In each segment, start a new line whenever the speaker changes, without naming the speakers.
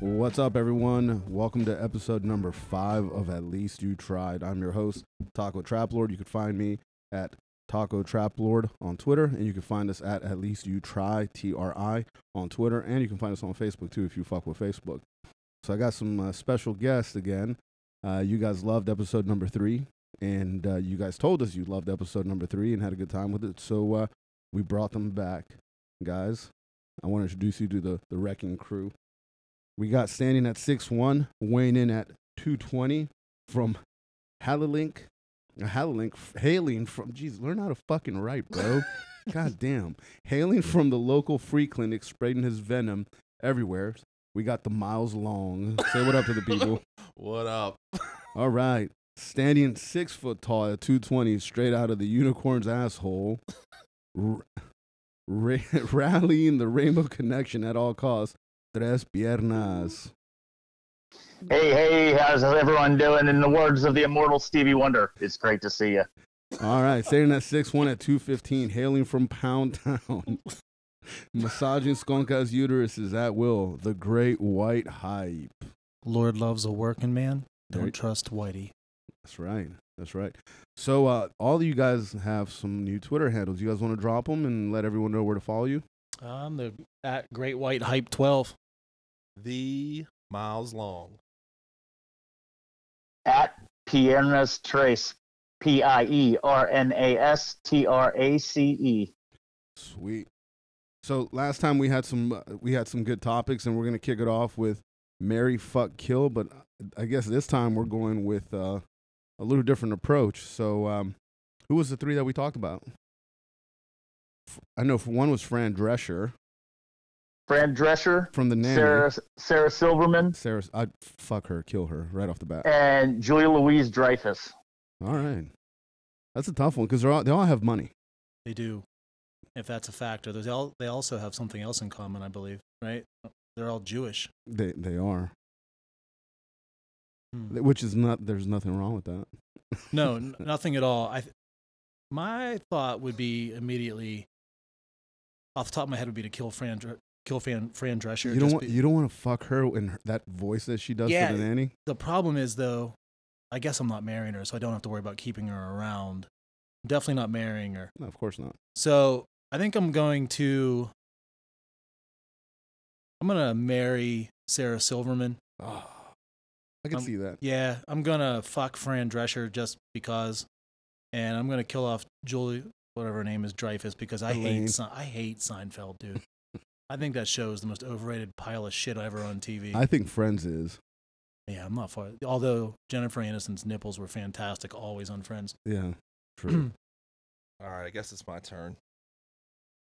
What's up, everyone? Welcome to episode number five of At Least You Tried. I'm your host, Taco Trap Lord. You can find me at Taco Trap Lord on Twitter, and you can find us at At Least You Try, T R I, on Twitter, and you can find us on Facebook too if you fuck with Facebook. So I got some uh, special guests again. Uh, you guys loved episode number three, and uh, you guys told us you loved episode number three and had a good time with it. So uh, we brought them back, guys. I want to introduce you to the the Wrecking Crew. We got standing at six one, weighing in at two twenty from Halilink. uh, Halilink f- hailing from jeez, learn how to fucking write, bro. God damn. Hailing from the local free clinic, spreading his venom everywhere. We got the miles long. Say what up to the people.
What up?
All right. Standing six foot tall at 220, straight out of the unicorn's asshole, r- ra- rallying the rainbow connection at all costs. Tres piernas.
Hey, hey, how's everyone doing? In the words of the immortal Stevie Wonder, it's great to see you.
All right. Standing at six one at 215, hailing from Pound Town. Massaging Skonka's uterus is at will. The great white hype.
Lord loves a working man. Don't
Right.
trust Whitey.
That's right. That's right. So, uh, all of you guys have some new Twitter handles. You guys want to drop them and let everyone know where to follow you?
I'm the at Great White Hype 12.
The miles long.
At Piernas Trace, P I E R N A S T R A C E.
Sweet. So last time we had some uh, we had some good topics, and we're gonna kick it off with Mary Fuck Kill. But uh, I guess this time we're going with uh, a little different approach. So um, who was the three that we talked about? F- I know for one was Fran Drescher
Fran Drescher,
from the Nanny.
Sarah, Sarah Silverman,
Sarah, I'd fuck her, kill her right off the bat.
and Julia Louise Dreyfus.
All right, that's a tough one because they all they all have money.
They do. If that's a factor, There's all, they also have something else in common, I believe, right? They're all Jewish.
They they are,
Hmm.
which is not. There's nothing wrong with that.
No, n- nothing at all. I, th- my thought would be immediately, off the top of my head, would be to kill Fran, Dr- kill Fran, Fran Drescher.
You don't
just
want
be-
you don't want to fuck her in her, that voice that she does
Yeah.
for the nanny.
the problem is though, I guess I'm not marrying her, so I don't have to worry about keeping her around. definitely not marrying her.
No, of course not.
So I think I'm going to. I'm gonna marry Sarah Silverman.
I can
Um,
see that.
Yeah, I'm gonna fuck Fran Drescher just because, and I'm gonna kill off Julie, whatever her name is, Dreyfus, because I
Elaine.
hate Se- I hate Seinfeld, dude. I think that show is the most overrated pile of shit ever on TV.
I think Friends is.
yeah, I'm not for it. Although Jennifer Aniston's nipples were fantastic, always on Friends.
Yeah, true.
All right, I guess it's my turn.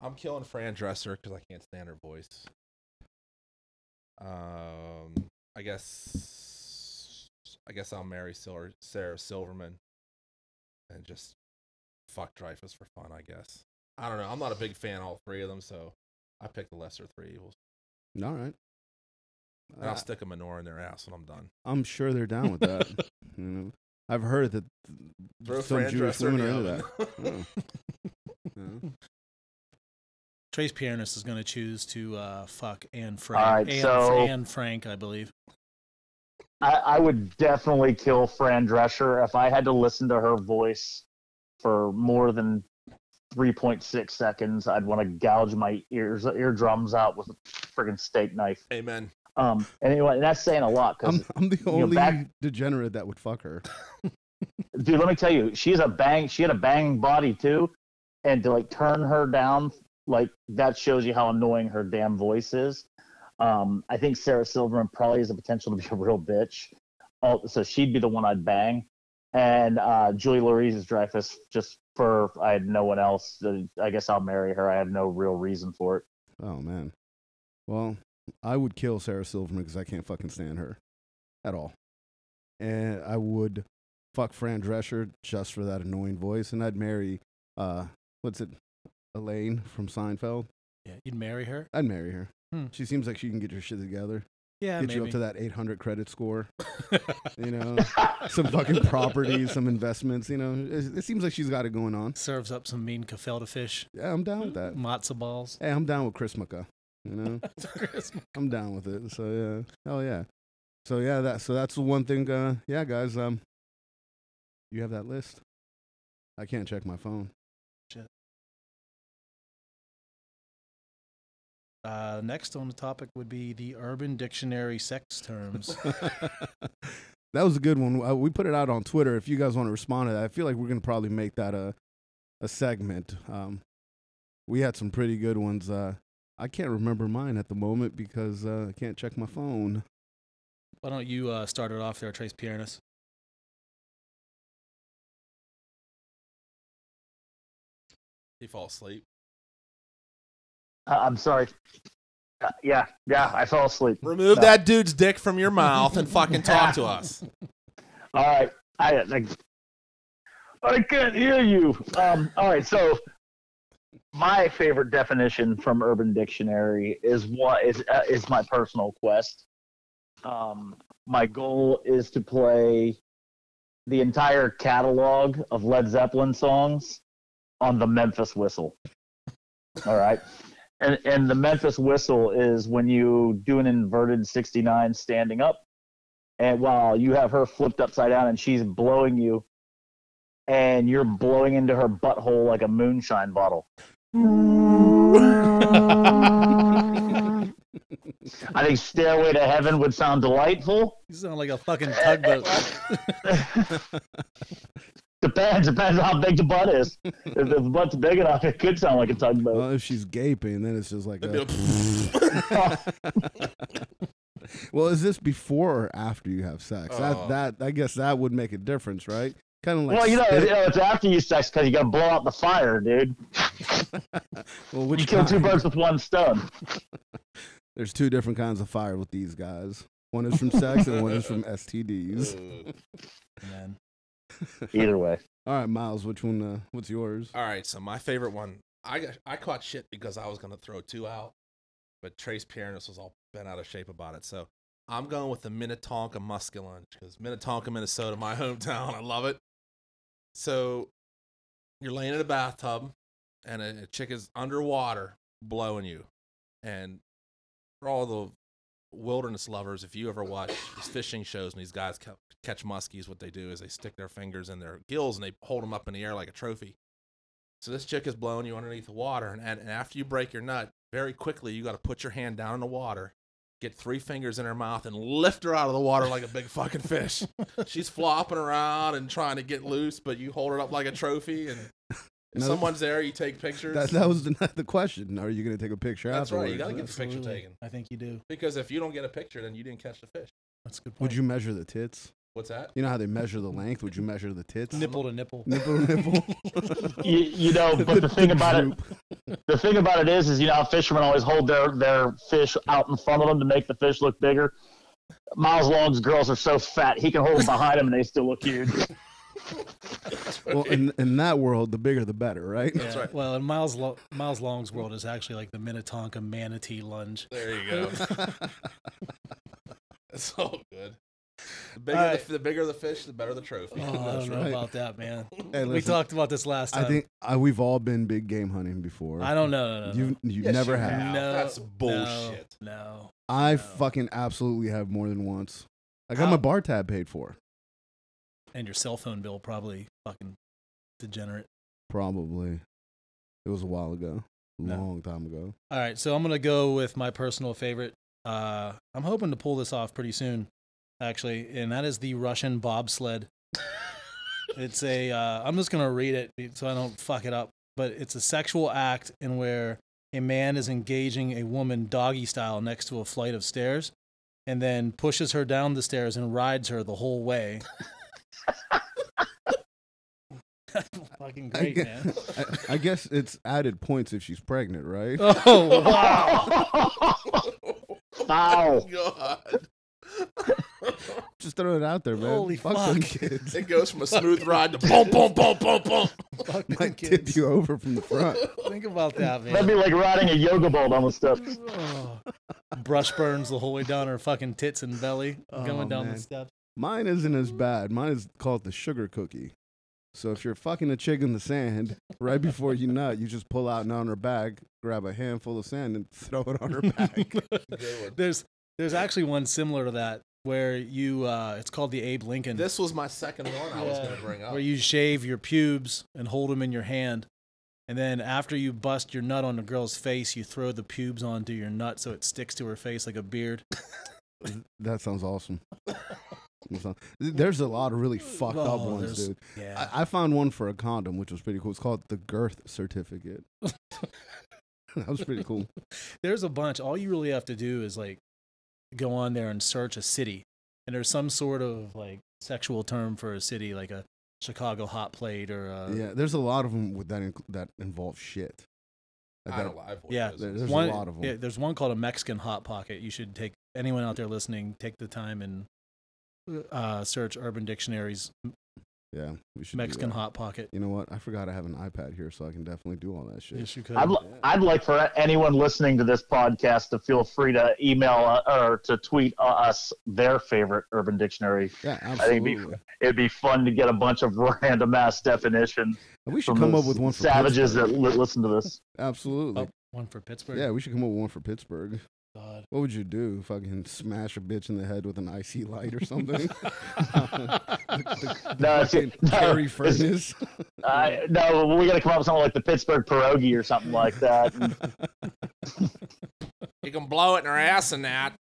I'm killing Fran Dresser because I can't stand her voice. Um, I guess I guess I'll marry Sil- Sarah Silverman and just fuck Dreyfus for fun. I guess I don't know. I'm not a big fan of all three of them, so I picked the lesser three evils.
All right.
And I'll
I-
stick a menorah in their ass when I'm done.
I'm sure they're down with that. you know, I've heard that
Throw
some
Fran
Jewish
Dresser in
women are
the
into
oven.
that. Hmm. Yeah.
Trace Piernis is going to choose to uh, fuck Anne Frank.
All right,
Anne,
so-
Anne Frank, I believe.
I, I would definitely kill Fran Drescher if I had to listen to her voice for more than 3.6 seconds. I'd want to gouge my ears, eardrums out with a friggin' steak knife.
Amen.
Um, and anyway, that's saying a lot because,
I'm I'm the
you're
only
back-
degenerate that would fuck her.
dude, let me tell you, she's a bang. She had a banging body too, and to like turn her down, like that shows you how annoying her damn voice is. Um, I think Sarah Silverman probably has the potential to be a real bitch. Oh, so she'd be the one I'd bang, and uh, Julie Louise Dreyfus just for I had no one else. uh, I guess I'll marry her. I have no real reason for it.
Oh man. Well, I would kill Sarah Silverman because I can't fucking stand her at all. And I would fuck Fran Drescher just for that annoying voice, and I'd marry uh what's it? Elaine from Seinfeld.
Yeah, you'd marry her.
I'd marry her.
Hmm.
She seems like she can get your shit together.
Yeah,
get
maybe.
you up to that 800 credit score, you know, some fucking properties, some investments, you know. It, it seems like she's got it going on.
Serves up some mean gefilte fish, Hmm.
Yeah, I'm down with that.
matzo balls.
Hey, I'm down with Chris Mucka. You know,
Christmas.
I'm down with it. So yeah, hell yeah. So yeah, that so that's the one thing. Uh, yeah, guys. Um, you have that list. I can't check my phone.
Uh, next on the topic would be the Urban Dictionary sex terms.
that was a good one. Uh, We put it out on Twitter. If you guys want to respond to that, I feel like we're gonna probably make that a a segment. Um, we had some pretty good ones. Uh, I can't remember mine at the moment because uh, I can't check my phone.
Why don't you uh, start it off there, Trace Piernis?
He fall asleep.
Uh, I'm sorry. Uh, yeah, yeah, I fell asleep.
Remove
No.
that dude's dick from your mouth and fucking talk to us.
All right, I, I, I can't hear you. Um, all right, so my favorite definition from Urban Dictionary is what is uh, is my personal quest. Um, my goal is to play the entire catalog of Led Zeppelin songs on the Memphis Whistle. All right. And, and the Memphis whistle is when you do an inverted 69 standing up and while you have her flipped upside down and she's blowing you and you're blowing into her butthole like a moonshine bottle i think stairway to heaven would sound delightful
You sound like a fucking tugboat.
depends depends how big the butt is if, if the butt's big enough it could sound like a tugboat
Well, Uh, if she's gaping, then it's just like.
It'd
a-
be like,
well, is this before or after you have sex?
Oh.
That that I guess that would make a difference, right? Kind of like.
well you know,
spit-
you know it's after you sex because you gotta blow out the fire dude
well,
you
which
kill two
kind?
birds with one stone
There's two different kinds of fire with these guys. One is from sex and one is from STDs.
"Ugh."
Man.
either way
All right, Miles, which one? Uh, what's yours?
All right, so my favorite one, I got, I caught shit because I was gonna throw two out, but Trace Piernis was all bent out of shape about it. So I'm going with the Minnetonka Muskellunge because Minnetonka, Minnesota, my hometown, I love it. So you're laying in a bathtub, and a, a chick is underwater blowing you, and for all the wilderness lovers, if you ever watch these fishing shows and these guys ca- catch muskies, what they do is they stick their fingers in their gills and they hold them up in the air like a trophy. So this chick is blowing you underneath the water, and, and after you break your nut, very quickly you got to put your hand down in the water, get three fingers in her mouth, and lift her out of the water like a big fucking fish. She's flopping around and trying to get loose, but you hold her up like a trophy, and if
No.
someone's there, you take pictures.
That, that was the, the question. Are you going to take a picture
That's right,
afterwards?
you gotta get the picture
Absolutely.
taken.
I think you do.
because if you don't get a picture, then you didn't catch the fish.
That's a good point.
Would you measure the tits?
What's that?
You know how they measure the length? Would you measure the tits?
nipple to nipple?
Nipple, nipple.
you, you know but the thing about it the thing about it is, is you know, how fishermen always hold their their fish out in front of them to make the fish look bigger. Miles Long's girls are so fat he can hold them behind him and they still look huge.
Well, in, in that world, the bigger the better, right?
Yeah.
right.
Well, in Miles Lo- Miles Long's world is actually like the Minnetonka manatee lunge.
There you go. It's all good. The bigger,
All right.
the, the bigger the fish, the better the trophy.
Oh, I
That's
don't know
right.
about that, man.
Hey,
we
listen,
talked about this last
I
time. I,
think I, we've all been big game hunting before.
don't know. No, no, no.
You you
Yes,
never
you
have.
have.
No,
That's
no,
bullshit.
No.
I
No.
fucking absolutely have more than once. I got
How-
my bar tab paid for.
And your cell phone bill probably fucking degenerate.
Probably. It was a while ago.
No.
Long time ago.
All right, so I'm gonna go with my personal favorite. Uh, I'm hoping to pull this off pretty soon, actually, and that is the Russian bobsled. it's a. Uh, I'm just gonna read it so I don't fuck it up. But it's a sexual act in where a man is engaging a woman doggy style next to a flight of stairs, and then pushes her down the stairs and rides her the whole way. That's fucking
I
great,
gue-
man.
I, I guess it's added points if she's pregnant, right?
Oh wow!
Wow.
God.
Just throwing it out there, man.
Holy
them
fuck.
kids.
It goes from a smooth ride to boom, boom, boom, boom, boom.
Fucking
Might
kids.
tip you over from the front.
Think about that, man.
That'd be like riding a yoga ball down the steps.
Oh. Brush burns the whole way down her fucking tits and belly
Oh,
going down
man.
the steps.
Mine isn't as bad. Mine is called the sugar cookie. So if you're fucking a chick in the sand, right before you nut, you just pull out and on her back, grab a handful of sand and throw it on her back.
Good one.
there's there's actually one similar to that where you uh, it's called the Abe Lincoln.
This Oh. was my second one I was
Yeah.
going to bring up.
where you shave your pubes and hold them in your hand. And then after you bust your nut on the girl's face, you throw the pubes onto your nut so it sticks to her face like a beard.
that sounds awesome. That sounds- There's a lot of really fucked up
Oh,
ones,
there's-
dude.
Yeah.
I, I found one for a condom, which was pretty cool. It's called the girth certificate. that was pretty cool.
there's a bunch. All you really have to do is like go on there and search a city. And there's some sort of like sexual term for a city, like a Chicago hot plate or a.
yeah, there's a lot of them with that inc- that involve shit. Like
I
that-
don't live with
Yeah,
those.
there- there's a
one,
lot of 'em.
yeah, there's one called a Mexican hot pocket. You should take anyone out there listening, take the time and uh, search Urban Dictionary's
yeah, we should do
Mexican
that.
hot pocket.
You know what? I forgot I have an iPad here, so I can definitely do all that shit.
Yes, you could.
I'd, li-
Yeah.
I'd like for anyone listening to this podcast to feel free to email uh, or to tweet uh, us their favorite Urban Dictionary.
Yeah,
think it'd be-
absolutely.
It'd be fun to get a bunch of random ass definitions
we should
from
come
the
up with one for
savages
Pittsburgh.
that li- listen to this.
Absolutely.
Oh, one for Pittsburgh.
Yeah, we should come up with one for Pittsburgh.
God.
What would you do? Fucking smash a bitch in the head with an icy light or something?
No, it's-
Fucking
no,
Carrie
it's-
Furness.
Uh, no, we got to come up with something like the Pittsburgh pierogi or something like that. And
You can blow it in her ass and that.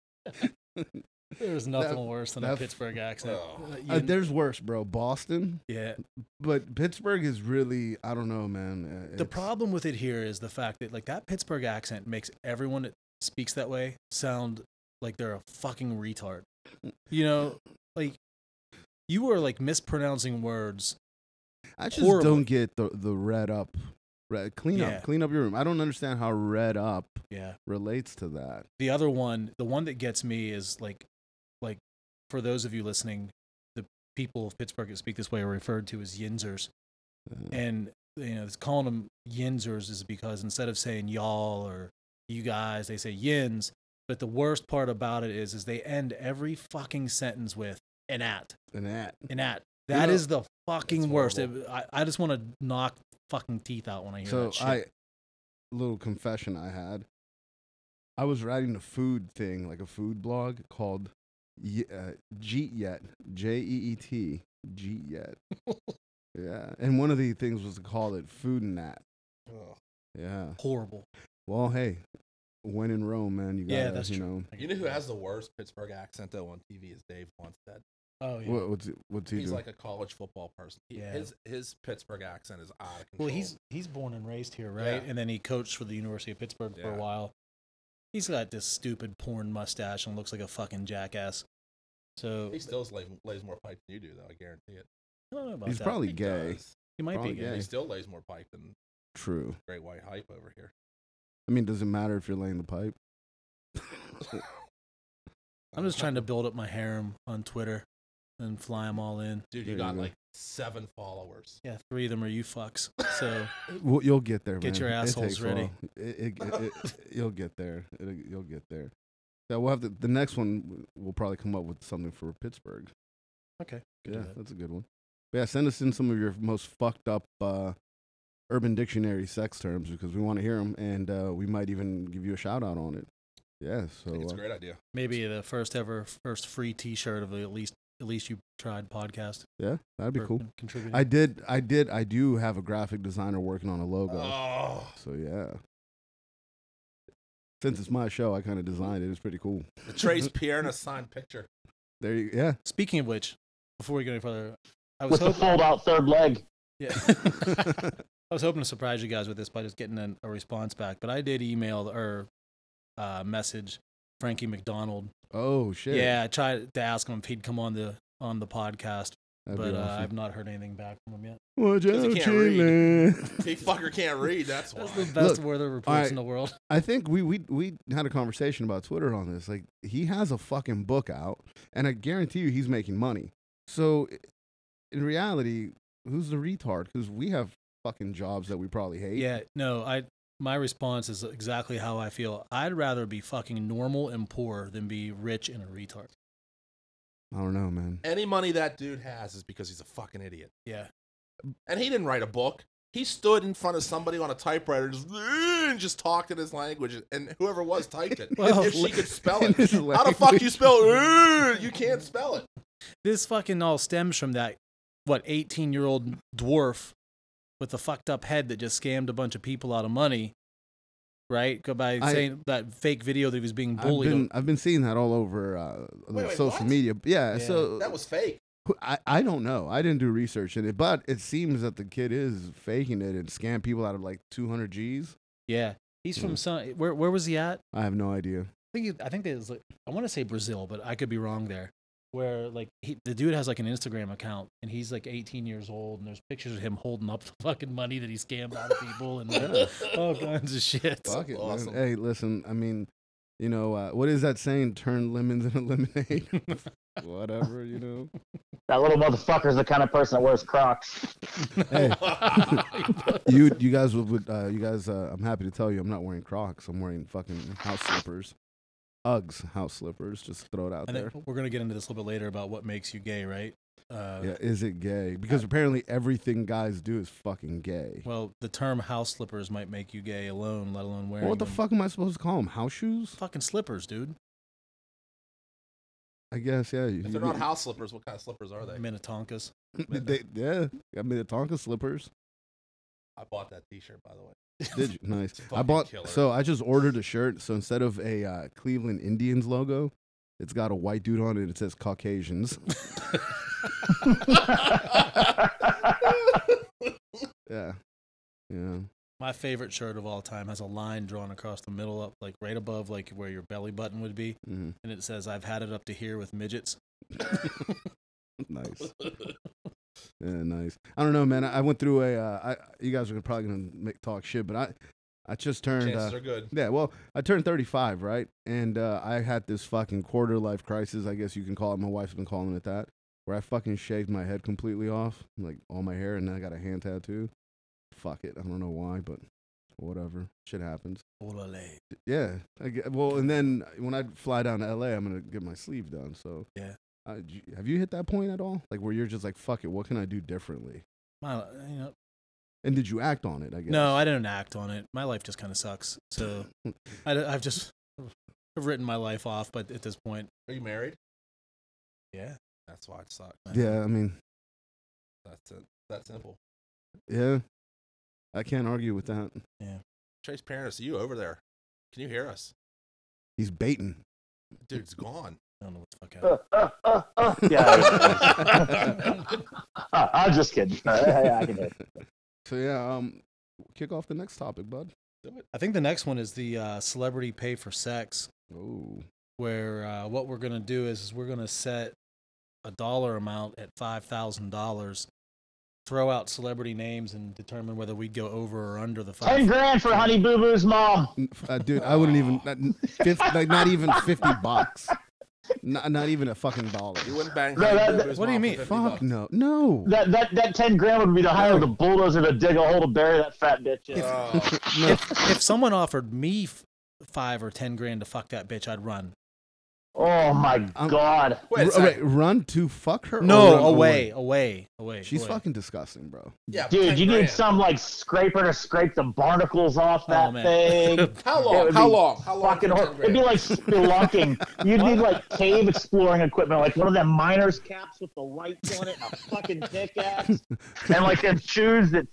There's nothing
That-
worse than a
that-
Pittsburgh accent.
Oh.
Uh, you-
Uh, there's worse, bro. Boston,
yeah.
but Pittsburgh is really I don't know, man. Uh,
The
it's-
problem with it here is the fact that like that Pittsburgh accent makes everyone that speaks that way sound like they're a fucking retard. You know, like you are like mispronouncing words.
I just
horrible.
don't get the the red up, red clean
Yeah.
up, clean up your room. I don't understand how red up
Yeah.
relates to that.
the other one the one that gets me is like like for those of you listening the people of pittsburgh that speak this way are referred to as yinzers
Uh.
and you know it's calling them yinzers is because instead of saying y'all or you guys they say yins but the worst part about it is is they end every fucking sentence with an at
And that
an at
You
That
know-
is the fucking
That's
worst
horrible.
It- I, I just want to knock fucking teeth out when i hear
So
that shit
I, little confession I had. I was writing a food thing, like a food blog called Ye- uh, Jeet Yet, J E E T, Jeet Yet. yeah, and one of the things was to call it Food Nat.
Ugh.
Yeah.
horrible
Well, hey, when in Rome, man, you gotta,
Yeah, that's
you
true.
know,
You know who has the worst Pittsburgh accent though on TV is Dave Wonstead.
oh yeah
what, what's he- what's he
He's
doing?
like a college football person. He-
Yeah.
His his Pittsburgh accent is out of control.
Well, he's he's born and raised here, right?
Yeah.
And then he coached for the University of Pittsburgh for a
Yeah.
while. He's got this stupid porn mustache and looks like a fucking jackass. So
he still lays, lays more pipe than you do though. I guarantee it.
I don't know about
He's
that.
probably gay.
does.
he might
probably
be gay.
He
gay.
still lays more pipe than
True.
Great White Hype over here.
I mean, does it matter if you're laying the pipe?
I'm just trying to build up my harem on Twitter and fly them all in.
Dude,
There
you
you
got
go.
like seven followers.
Yeah, three of them are you fucks. So
Well, you'll get there.
Get
man.
your
It
assholes
takes a
ready.
while. It- it- it- it- you'll get there. It, you'll get there. So we'll have to, the next one. We'll probably come up with something for Pittsburgh.
okay,
yeah,
yeah.
that's a good one. But yeah, send us in some of your most fucked up uh, Urban Dictionary sex terms because we want to hear them, and uh, we might even give you a shout out on it. Yeah.
I
So
think it's
uh,
a great idea.
maybe the first ever first free T-shirt of the at least at least you tried podcast.
yeah, that'd be
for
cool.
con- Contributing.
I did. I did. I do have a graphic designer working on a logo.
Oh,
So yeah. Since it's my show, I kind of designed it. It's pretty cool.
the Trace Oh, Pierre and a signed picture.
There you yeah.
Speaking of which, before we go any further, I was
with the
hoping.
fold out third leg.
Yeah. I was hoping to surprise you guys with this by just getting an, a response back, but I did email or uh, message Frankie McDonald.
oh shit.
Yeah, I tried to ask him if he'd come on the on the podcast,
That'd
but
be
uh, I've
awesome.
not heard anything back from him yet.
Watch
'Cause he
out,
can't
Chile.
He fucker can't read. That's why.
That's the best
Look,
weather reports
alright.
in the world.
I think we, we we had a conversation about Twitter on this. Like he has a fucking book out, and I guarantee you he's making money. So i- in reality, who's the retard? Because we have fucking jobs that we probably hate.
Yeah, no, I my response is exactly how I feel. I'd rather be fucking normal and poor than be rich and a retard.
I don't know, man.
Any money that dude has is because he's a fucking idiot.
Yeah,
And he didn't write a book. He stood in front of somebody on a typewriter just, and just talked in his language, and whoever was typed it.
Well,
if she could spell
In
it.
his
How the fuck
language.
you spell "Ugh"? You can't spell it.
This fucking all stems from that what 18 year old dwarf with the fucked up head that just scammed a bunch of people out of money, right? Go by
I-
saying that fake video that he was being
I've
bullied.
been, I've been seeing that all over uh,
Wait, wait,
social
what?
media. Yeah,
Yeah.
so
That was fake.
Who- I, I don't know. I didn't do research in it, but it seems that the kid is faking it and scam people out of like 200 G's.
yeah, he's
Yeah.
from some. Where where was he at?
I have no idea.
I think he- I think it was like I want to say Brazil, but I could be wrong there. Where like he, the dude has like an Instagram account and he's like 18 years old and there's pictures of him holding up the fucking money that he scammed out of people and like, all kinds of shit.
Fuck it, man.
awesome.
Hey, listen. I mean, you know uh, what is that saying? Turn lemons into lemonade. Whatever, you know.
That little motherfucker's the kind of person that wears Crocs.
Hey, you you guys would, would uh, you guys. Uh, I'm happy to tell you, I'm not wearing Crocs. I'm wearing fucking house slippers, Uggs house slippers. Just throw it out
I
there.
think we're gonna get into this a little bit later about what makes you gay, right? Uh,
Yeah, is it gay? Because apparently everything guys do is fucking gay.
Well, the term house slippers might make you gay alone, let alone wearing.
Well, what the
them.
fuck am I supposed to call them? House shoes?
Fucking slippers, dude.
I guess, yeah. You,
If
you-
they're not house slippers, what kind of slippers are they?
Minnetonkas.
they, yeah, I mean the Tonka slippers.
I bought that T-shirt by the way.
Did you? Nice.
It's
I
fucking
bought.
killer.
So I just ordered a shirt. So instead of a uh, Cleveland Indians logo, it's got a white dude on it. It says Caucasians. yeah, yeah.
My favorite shirt of all time has a line drawn across the middle, up like right above, like where your belly button would be,
hmm
and it says, "I've had it up to here with midgets."
Nice. Yeah, nice. I don't know, man. I, I went through a. Uh, I you guys are probably gonna make, talk shit, but I, I just turned. uh,
Chances are good.
Yeah, well, I turned 35, right? And uh, I had this fucking quarter life crisis, I guess you can call it. My wife's been calling it that, where I fucking shaved my head completely off, like all my hair, and then I got a hand tattoo. Fuck it. I don't know why, but whatever. Shit happens.
Olale.
Yeah. I get, well, and then when I fly down to LA, I'm going to get my sleeve done. So,
Yeah.
I- j- have you hit that point at all? Like where you're just like, fuck it, what can I do differently?
My, you know,
And did you act on it? I guess.
No, I didn't act on it. My life just kind of sucks. So I, have just I've written my life off. But at this point,
Are you married?
yeah,
That's why it sucks.
Yeah, I mean,
That's it. That simple.
yeah. I can't argue with that.
Chase Paris, you over there? Can you hear us?
He's baiting.
Dude's gone.
I don't know what the fuck happened.
Uh, uh, uh, uh. Yeah, uh, I'm just kidding. Uh, yeah, I can do it.
So yeah, um, kick off the next topic, bud.
I think the next one is the uh, celebrity pay for sex.
Oh,
Where uh, what we're gonna do is, is we're gonna set a dollar amount at five thousand dollars, throw out celebrity names, and determine whether we go over or under the
Ten
five.
grand for Honey Boo Boo's mom.
uh, dude, I wouldn't even not, fifth, like not even fifty bucks, not not even a fucking dollar.
You wouldn't bang.
No, that-
Boo's
what do you
mom for
mean?
50
Fuck
bucks.
no, no,
That that that ten grand would be the hire the bulldozer to dig a hole to bury that fat bitch in.
Oh,
no.
If, if someone offered me f- five or ten grand to fuck that bitch, I'd run.
Oh my
I'm-
god.
wait, a
R- wait,
second.
run to fuck her? or
No,
run
away, away, away, away.
She's fucking disgusting, bro.
yeah,
Dude,
10
you need
grand.
some like scraper to scrape the barnacles
Oh,
off that thing.
How
It
long?
would
How
be
long? How long?
Fucking
for
hor-
10
It'd
grand?
be like spelunking. You'd need like cave exploring equipment, like one of them miners caps with the lights on it, a fucking pickaxe, and like them shoes that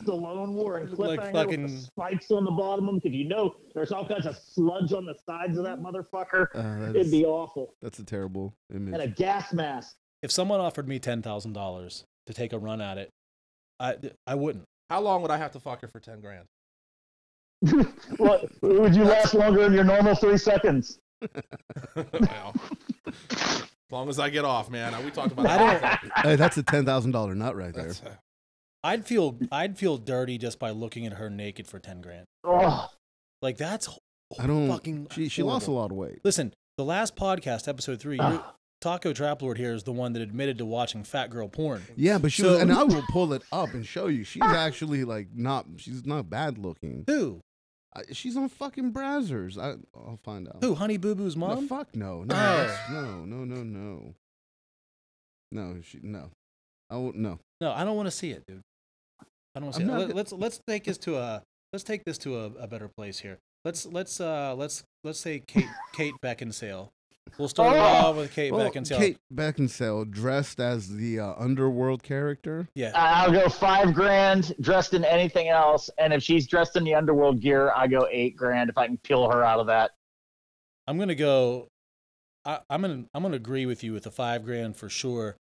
Stallone wore and clip
Like
like
fucking-
with the spikes on the bottom of them. Because you know there's all kinds of sludge on the sides of that motherfucker.
Uh,
It'd
that's,
be awful.
that's a terrible
And a
image.
gas mask.
If someone offered me ten thousand dollars to take a run at it, I I wouldn't.
How long would I have to fuck her for ten grand?
What, would you last longer than your normal three seconds?
well, as long as I get off, man. We talked about
I
that.
don't.
Hey, that's a ten thousand dollar nut right there.
That's, uh,
I'd feel I'd feel dirty just by looking at her nakid for ten grand.
Oh,
Like that's ho-
I don't.
fucking.
she she lost a
horrible.
lot of weight.
Listen, the last podcast, episode three, your,
Ah.
Taco Trap Lord here is the one that admitted to watching fat girl porn.
Yeah, but she was,
So-
and I will pull it up and show you. She's actually like not. She's not bad looking.
Who?
I, she's on fucking browsers. I, I'll find out.
Who? Honey Boo Boo's
No,
mom?
fuck no. No,
Oh.
that's- no, no, no, no. No, she, no. Oh no.
No, I don't want to see it, dude. I don't want to see
I'm
it.
not
Let,
gonna-
let's let's take this to a let's take this to a, a better place here. Let's let's uh let's let's say Kate Kate Beckinsale. We'll start it off with Kate
Well,
Beckinsale.
Kate Beckinsale dressed as the uh, underworld character.
Yeah,
I- Uh, I'll go five grand dressed in anything else, and if she's dressed in the underworld gear, I go eight grand if I can peel her out of that.
I'm gonna go. I, I'm gonna I'm gonna agree with you with the five grand for sure.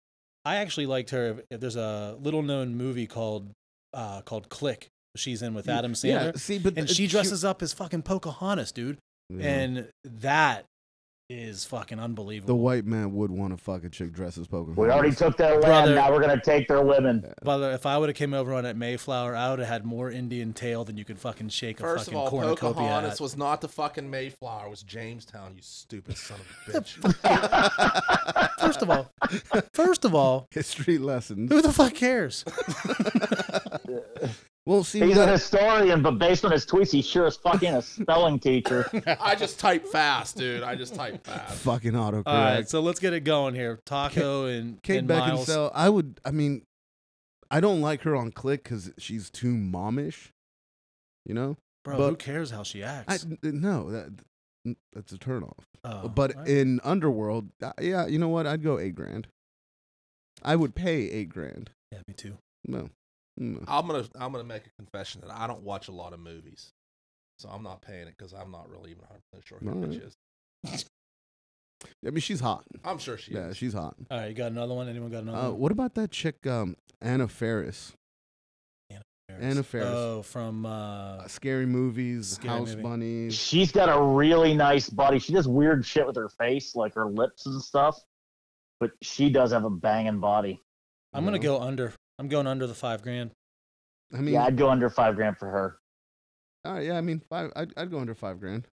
I actually liked her. There's a little known movie called uh called Click. She's in with Adam
Mm, Yeah,
Sandler,
see, but
and
it-
she dresses up as fucking Pocahontas, dude.
Yeah.
And that is fucking unbelievable.
the white man would want to fuck a chick dressed as Pokemon.
We already took their
Brother.
land, now we're gonna take their women.
By the way, if I would have came over on that Mayflower, I would have had more Indian tail than you could fucking shake a
First of
fucking
all,
cornucopia
Pocahontas
at.
was not the fucking Mayflower. It was Jamestown, you stupid son of a bitch.
First of all, first of all,
history lessons.
who the fuck cares?
Well, see,
He's a
what-
historian, but based on his tweets, he sure is fucking a spelling teacher.
I just type fast, dude. I just type fast.
fucking autocorrect.
All right, so let's get it going here. Taco and
Kate
and Miles.
Beckinsale. I would. I mean, I don't like her on Click because she's too momish. You know,
Bro,
but-
who cares how she
I
acts?
n- no that that's a turnoff.
Oh,
but
all right.
in Underworld, uh, yeah, you know what? I'd go eight grand. I would pay eight grand.
yeah, me too.
No, no.
I'm gonna I'm gonna make a confession that I don't watch a lot of movies, so I'm not paying it because I'm not really even 100 percent sure who
All
the
right.
bitch is.
I mean, she's hot.
I'm sure she
Yeah,
is.
she's hot.
All right, you got another one? Anyone got another
Uh,
one?
what about that chick, um, Anna Ferris? Anna Faris.
Oh, from uh,
Uh, scary movies,
Scary
House
Movie.
Bunnies.
She's got a really nice body. She does weird shit with her face, like her lips and stuff. But she does have a banging body.
I'm gonna
No.
go under. I'm going under the five grand.
I mean,
yeah, I'd go under five grand for her.
all right, yeah, I mean, five. I'd, I'd go under five grand.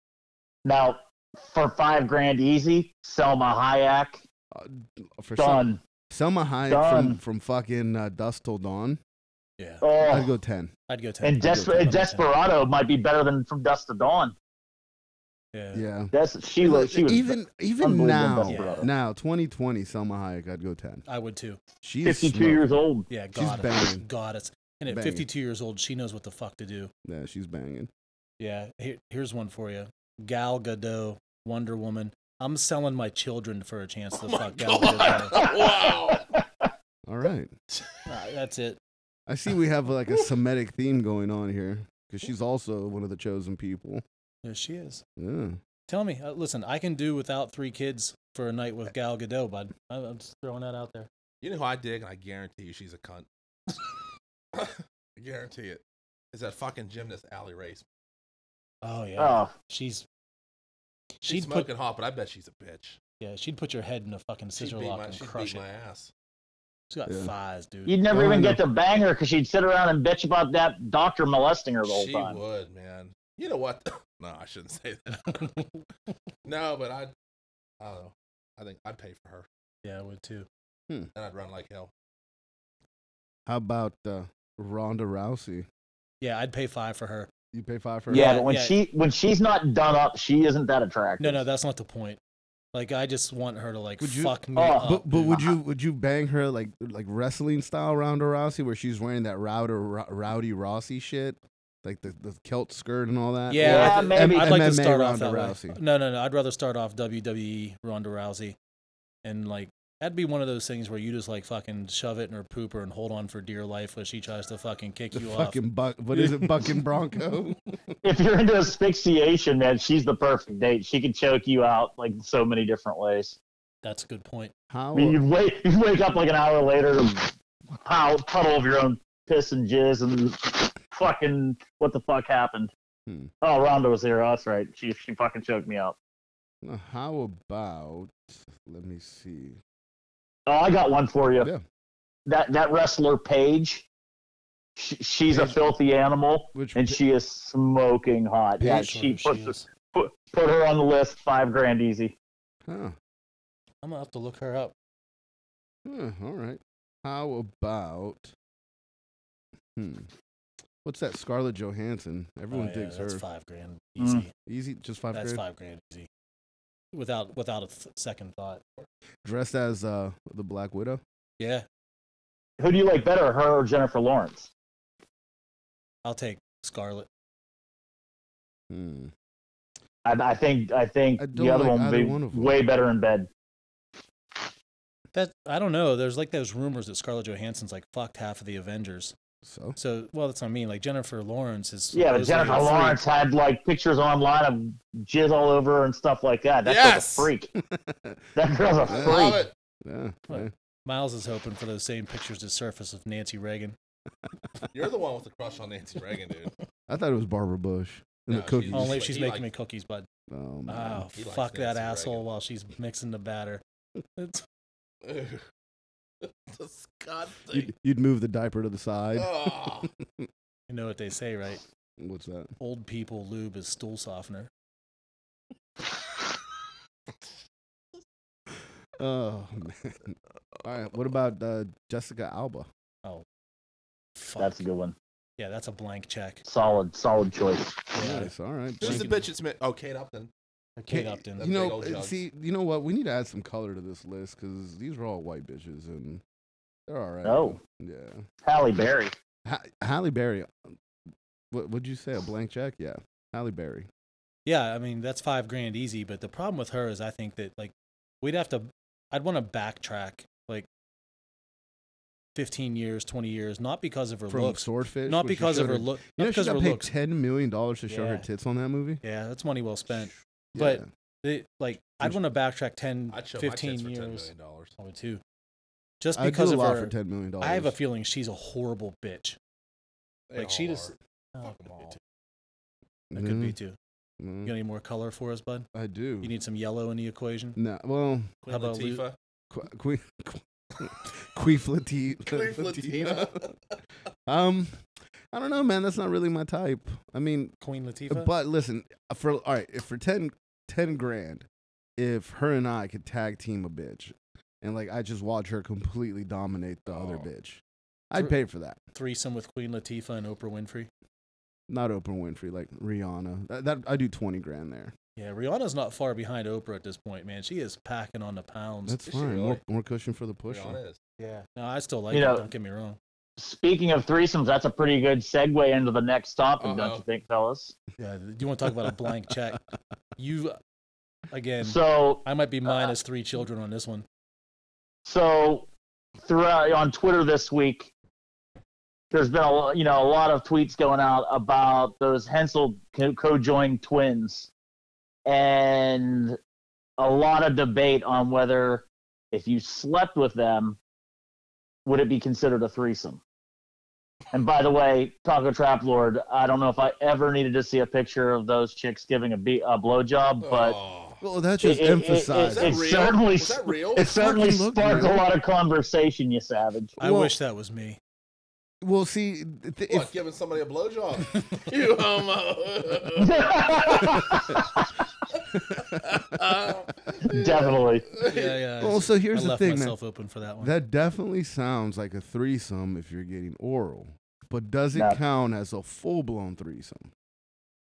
Now, for five grand easy, Selma Hayek,
Uh, for Sel-
done.
Selma Hayek
Done.
from, from fucking uh, Dust Till Dawn.
Yeah,
I'd
Oh,
go ten.
I'd go ten.
and Desper-
I'd go 10.
Desperado might be better than From Dust to Dawn.
Yeah.
Yeah.
That's she was. She was
even even
unbelievable
now,
Desperado.
now 2020 Selma Hayek, I'd go ten.
I would too.
She is
52
smoking.
years old.
Yeah,
She's
goddess,
banging.
goddess. And at
Banging.
52 years old, she knows what the fuck to do.
Yeah, she's banging.
Yeah, here, here's one for you. Gal Gadot, Wonder Woman. I'm selling my children for a chance to
Oh my
fuck Gal
God.
Gadot.
wow.
All right.
Uh, that's it.
I see we have like a Semitic theme going on here because she's also one of the chosen people.
There she is.
Yeah.
Tell me, uh, listen, I can do without three kids for a night
Eh.
with Gal Gadot, bud. I- I'm just throwing that out there.
You know who I dig, and I guarantee you she's a cunt. I guarantee it. Is that fucking gymnast Allie Race?
Oh yeah,
Oh,
she's she'd
She's
put
smoking hot, but I bet she's a bitch.
yeah she'd put your head in a fucking
She'd
scissor
beat
lock
my,
and
she'd
crush
beat
it.
my ass.
She's got
Yeah.
thighs, dude.
you'd never
No,
even
no.
get to bang her because she'd sit around and bitch about that doctor molesting her the whole
She
time.
would, man. You know what? no, I shouldn't say that. no, but I, I don't know. I think I'd pay for her,
yeah, I would too.
and I'd run like hell.
How about uh, Ronda Rousey?
Yeah, I'd pay five for her.
You pay five for her?
Yeah,
Yeah,
but when
yeah.
she when she's not done up, she isn't that attractive.
No, no, that's not the point. Like, I just want her to like
Would you-
fuck me
Oh,
up.
But, but
dude.
would you would you bang her like like wrestling style Ronda Rousey where she's wearing that rowdy rowdy Rossi shit like the, the Celt skirt and all that?
Yeah,
Yeah,
I thi-
maybe.
I'd like
MMA
to start off that
Ronda
way.
Rousey.
No, no, no. I'd rather start off WWE Ronda Rousey, and like that'd be one of those things where you just like fucking shove it in her pooper and hold on for dear life while she tries to fucking kick
The
you
fucking buck. What is it, bucking Bronco?
If you're into asphyxiation, man, she's the perfect date. She can choke you out like so many different ways.
off. That's a good point.
How
I mean, you wake you wake up like an hour later to pow, puddle of your own piss and jizz and fucking what the fuck happened?
Hmm.
Oh, Ronda was there. Oh, that's right. She she fucking choked me out.
how about? Let me see.
Oh, I got one for you.
Yeah.
That that wrestler Paige, sh she's a
Paige-
filthy animal,
Which
and she is smoking hot. Yeah,
Paige-
she
Sure
puts
is.
put, put her on the list. Five grand easy.
huh,
I'm gonna have to look her up.
huh, all right. How about? Hmm. What's that? Scarlett Johansson. Everyone
Oh, yeah,
digs her.
that's five grand easy.
Easy, just five.
that's
grand.
five grand easy. Without without a th- second thought.
Dressed as uh, the Black Widow.
Yeah.
Who do you like better, her or Jennifer Lawrence?
I'll take Scarlet.
Hmm.
I, I think I think
I don't
the other
like
one would
either
be
one of them.
way better in bed.
That I don't know. There's like those rumors that Scarlett Johansson's like fucked half of the Avengers.
So
So well, that's what I mean. Like Jennifer Lawrence is
Yeah,
supposedly
but
a
Jennifer
freak.
Lawrence had like pictures online of jizz all over her and stuff like that. That
Yes!
girl's a freak. That girl's a
I love
freak.
it.
yeah,
What?
yeah.
Miles is hoping for those same pictures to surface of Nancy Reagan.
You're the one with the crush on Nancy Reagan, dude.
I thought it was Barbara Bush and
No,
the
she's
cookies.
just
Only
like-
if she's
he
making
likes-
me cookies, bud.
Oh, man.
Oh,
He likes
fuck that
Nancy
asshole
Reagan.
while she's mixing the batter. It's,
Ugh.
you'd,
Disgusting.
you'd move the diaper to the side.
Oh,
you know what they say, right?
What's that?
Old people lube is stool softener.
Oh man! All right. What about uh, Jessica Alba?
Fuck.
That's a good one.
yeah, that's a blank check.
Solid, solid choice.
Yeah.
Nice. All right.
who's the
Blanket-
bitch? It's me. Oh, Kate Upton.
Kate
Can't-
Upton.
You
Big
know,
old
uh,
jugs.
see, you know what? We need to add some color to this list because these are all white bitches, and they're all right.
Oh.
yeah.
Halle Berry.
Ha- Halle Berry. What would you say? A blank check? Yeah, Halle Berry.
Yeah, I mean that's five grand easy. But the problem with her is, I think that like we'd have to, I'd want to backtrack like fifteen years, twenty years, not because of her
From
looks,
Swordfish.
not
which she
because of her
should've-
look,
You
not
know, she
because of her
got paid
looks.
ten million dollars to show her
Yeah.
tits on that movie.
Yeah, that's money well spent. But- It, like I'd
Which-
want to backtrack 10,
I'd show
15
my tits for ten
years.
million dollars.
I would too. Just
I'd do
because
a
of
lot
her,
for ten million dollars.
I have a feeling she's a horrible bitch. Like, she just- Oh,
Fuck
it could
'em
be
all.
too. It could
Mm-hmm.
be too. You
Mm,
got any more color for us, bud?
I do.
You need some yellow in the equation.
no, well,
Queen
How about
Latifah.
Qu- Queen Queef Lati-
Queen
Latina.
Latifah.
Um, I don't know, man. That's not really my type. I mean,
Queen Latifah.
but listen, for all right, if for 10, 10 grand, if her and I could tag team a bitch, and like I just watch her completely dominate the other
Oh.
bitch, I'd
Thr-
pay for that.
Threesome with Queen Latifah and Oprah Winfrey.
Not Oprah Winfrey, like Rihanna. That, that I do twenty grand there.
Yeah, Rihanna's not far behind Oprah at this point, man. She is packing on the pounds.
That's
Is she
fine. More,
really?
more cushion for the push.
Rihanna is.
yeah. No, I still like
You
it.
know-
Don't get me wrong.
Speaking of threesomes, that's a pretty good segue into the next topic, don't
Uh-oh.
you think, fellas?
Yeah. Do you want to talk about a blank check? You, again,
So uh,
I might be minus three children on this one.
So, throughout on Twitter this week, there's been a lo- you know a lot of tweets going out about those Hensel co- co-joined twins, and a lot of debate on whether if you slept with them, would it be considered a threesome? And by the way, Taco Trap Lord, I don't know if I ever needed to see a picture of those chicks giving a, be- a blowjob, but
Oh.
Well, that just
It- it- it-
Is
emphasized.
that
it
real?
certainly-
Is that real?
it certainly
fucking look
sparked a
real.
lot of conversation, you savage.
I
Well-
wish that was me.
well, see, th- th-
What,
if,
giving somebody a blowjob? you um, homo. uh,
Definitely.
Yeah, yeah. I
well, so here's
I
the
left
thing, man.
myself open for that one.
That definitely sounds like a threesome if you're getting oral, but does it
No.
count as a full blown threesome?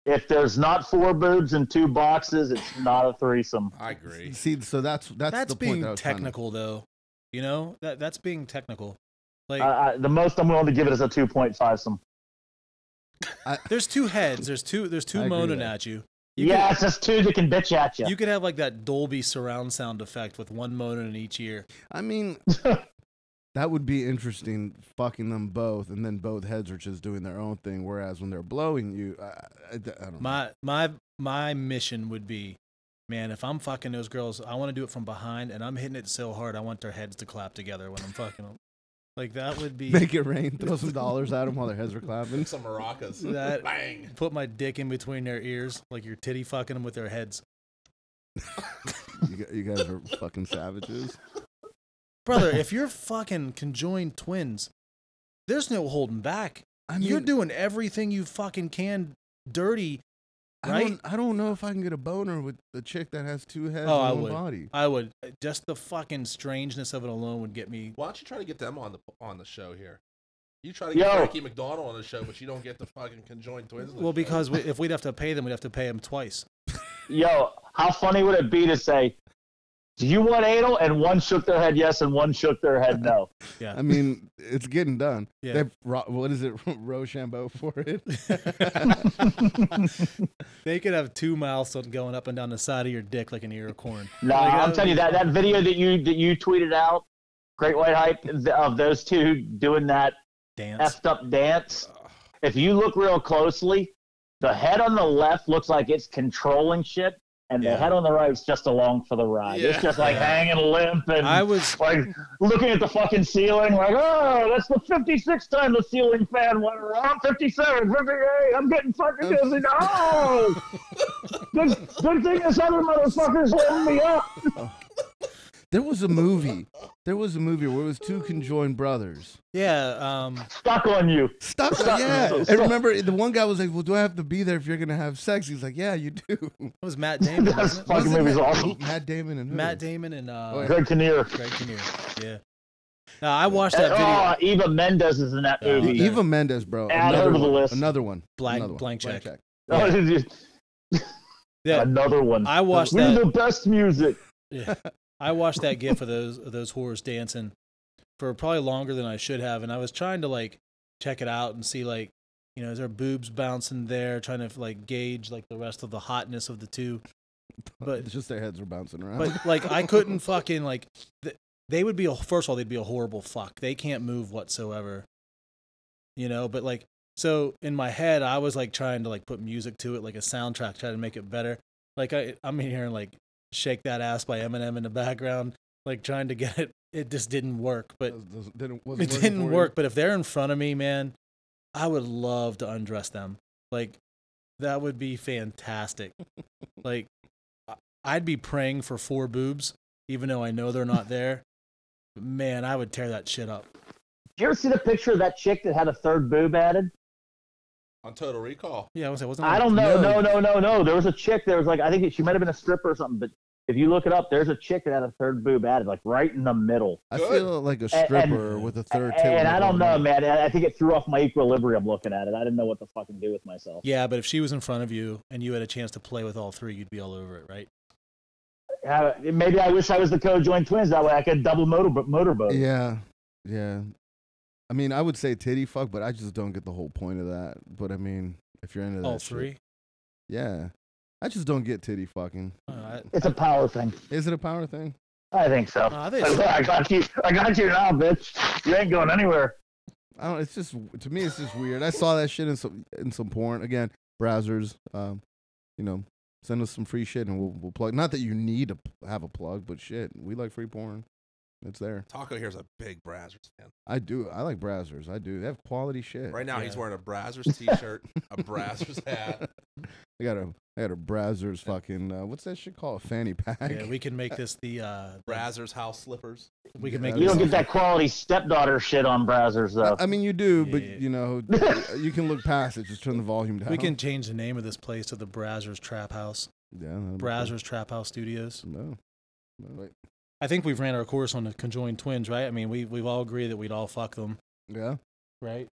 If there's not four boobs and two boxes, it's not a threesome.
I agree.
See, so that's that's,
that's
the
being
point that I was trying to-
technical, though. You know that that's being technical. Like
I, I, the most I'm willing to give it is a 2.5 some.
there's two heads. There's two. There's
I
two
agree with
moaning
that.
at you. you
Yeah, it's just two that can bitch at you.
Could, you could have like that Dolby surround sound effect with one moaning in each ear.
I mean, that would be interesting, fucking them both, and then both heads are just doing their own thing. Whereas when they're blowing you, I, I- I don't know.
My my my mission would be, man, if I'm fucking those girls, I want to do it from behind, and I'm hitting it so hard, I want their heads to clap together when I'm fucking them. Like that would be
Make it rain, throw some dollars at them while their heads are clapping.
Some maracas.
That-
Bang.
put my dick in between their ears, like you're titty fucking them with their heads.
You, gu- you guys are fucking savages.
Brother, if you're fucking conjoined twins, there's no holding back.
I mean,
you're doing everything you fucking can dirty.
I don't,
right?
I don't know if I can get a boner with a chick that has two heads
Oh,
and
I
one
would.
body.
I would uh, just the fucking strangeness of it alone would get me.
Why don't you try to get them on the on the show here? You try to get
Yo.
Frankie McDonald on the show, but you don't get the fucking conjoined twins. on the
Well,
show.
because we, if we'd have to pay them, we'd have to pay them twice.
Yo, how funny would it be to say, Do you want anal? And one shook their head yes, and one shook their head no.
Yeah.
I mean, it's getting done.
Yeah.
They ro- what is it, Rochambeau for it?
they could have two mouths going up and down the side of your dick like an ear of corn.
No,
Like,
I'm
uh,
telling you that that video that you that you tweeted out, Great White Hype, th- of those two doing that
Dance.
effed up dance. If you look real closely, the head on the left looks like it's controlling shit, and
Yeah.
the head on the right is just along for the ride.
Yeah.
It's just like
Yeah.
hanging limp and
I was
like looking at the fucking ceiling, like, oh, that's the 56th time the ceiling fan went around. 57, 58, I'm getting fucking dizzy. No! good, good thing this other motherfucker's holding me up.
There was a movie. There was a movie where it was two conjoined brothers.
yeah, um
Stuck on you.
Stop.
Stop.
Yeah.
Stop.
And remember, the one guy was like, "Well, do I have to be there if you're gonna have sex?" He's like, "Yeah, you do."
it was Matt Damon.
That's
wasn't it?
fucking
Was it
movie's
Matt,
awesome.
Matt Damon and who?
Matt Damon and uh
Oh, yeah.
Greg Kinnear.
Greg Kinnear. Yeah. No, I watched
And,
that video.
oh, Eva Mendes is in that
Yeah.
E-
movie.
Eva-
Eva Mendes, bro.
Add her
another
to the
one.
list.
Another one.
Blank-
Another one.
blank check.
Oh, dude,
yeah,
Another one.
I watched
We're
that.
the best music.
Yeah. I watched that gif of those of those whores dancing for probably longer than I should have, and I was trying to like check it out and see like you know is there boobs bouncing there, trying to like gauge like the rest of the hotness of the two. But-
It's just their heads were bouncing around.
But like I couldn't fucking like th- they would be a, first of all they'd be a horrible fuck. They can't move whatsoever. You know, but like so in my head I was like trying to like put music to it like a soundtrack try to make it better. Like I I'm hearing like Shake That Ass by Eminem in the background like trying to get it it just didn't work, but
Does- does- didn't- wasn't
it
working for
didn't
you?
work, but if they're in front of me, man, I would love to undress them. Like that would be fantastic. like I- I'd be praying for four boobs, even though I know they're not there. But man, I would tear that shit up.
Did you ever see the picture of that chick that had a third boob added?
On Total Recall.
Yeah, I was like, wasn't
I don't know.
No.
No, no, no, no. There was a chick. There was like I think she might have been a stripper or something. But if you look it up, there's a chick that had a third boob added, like right in the middle.
I
Good.
feel like a
and-
stripper with a third tip.
and I don't know, man. I I think it threw off my equilibrium looking at it. I didn't know what to fucking do with myself.
Yeah, but if she was in front of you and you had a chance to play with all three, you'd be all over it, right?
Uh, maybe I wish I was the co-joined twins. That way I could double motor motorboat.
Yeah, yeah. I mean, I would say titty fuck, but I just don't get the whole point of that. But I mean, if you're into that
all
shit-
three.
yeah. I just don't get titty fucking.
Uh, I,
It's a power thing.
Is it a power thing?
I think so.
I
Like,
think
"Look, I got you. I got you now, bitch. You ain't going anywhere.
I don't. It's just to me, it's just weird. I saw that shit in some in some porn. Again, browsers, um, you know, send us some free shit and we'll we'll plug. Not that you need to p- have a plug, but shit, we like free porn. It's there.
Taco here's a big Brazzers fan.
I do. I like browsers. I do. They have quality shit.
Right now he's
Yeah.
wearing a Brazzers t-shirt, a Brazzers hat.
I got a I got a browsers fucking. Uh, what's that shit called? A fanny pack.
yeah, we can make this the uh
Brazzers house slippers.
we can make
Yeah,
You
this
don't get that quality stepdaughter shit on browsers though.
I mean, you do, but
Yeah.
you know, you can look past it. Just turn the volume down.
we can change the name of this place to the Brazzers Trap House.
Yeah. that'd be cool.
Brazzers Trap House Studios.
No. No, wait.
I think we've ran our course on the conjoined twins, right? I mean, we we've all agreed that we'd all fuck them,
Yeah.
right?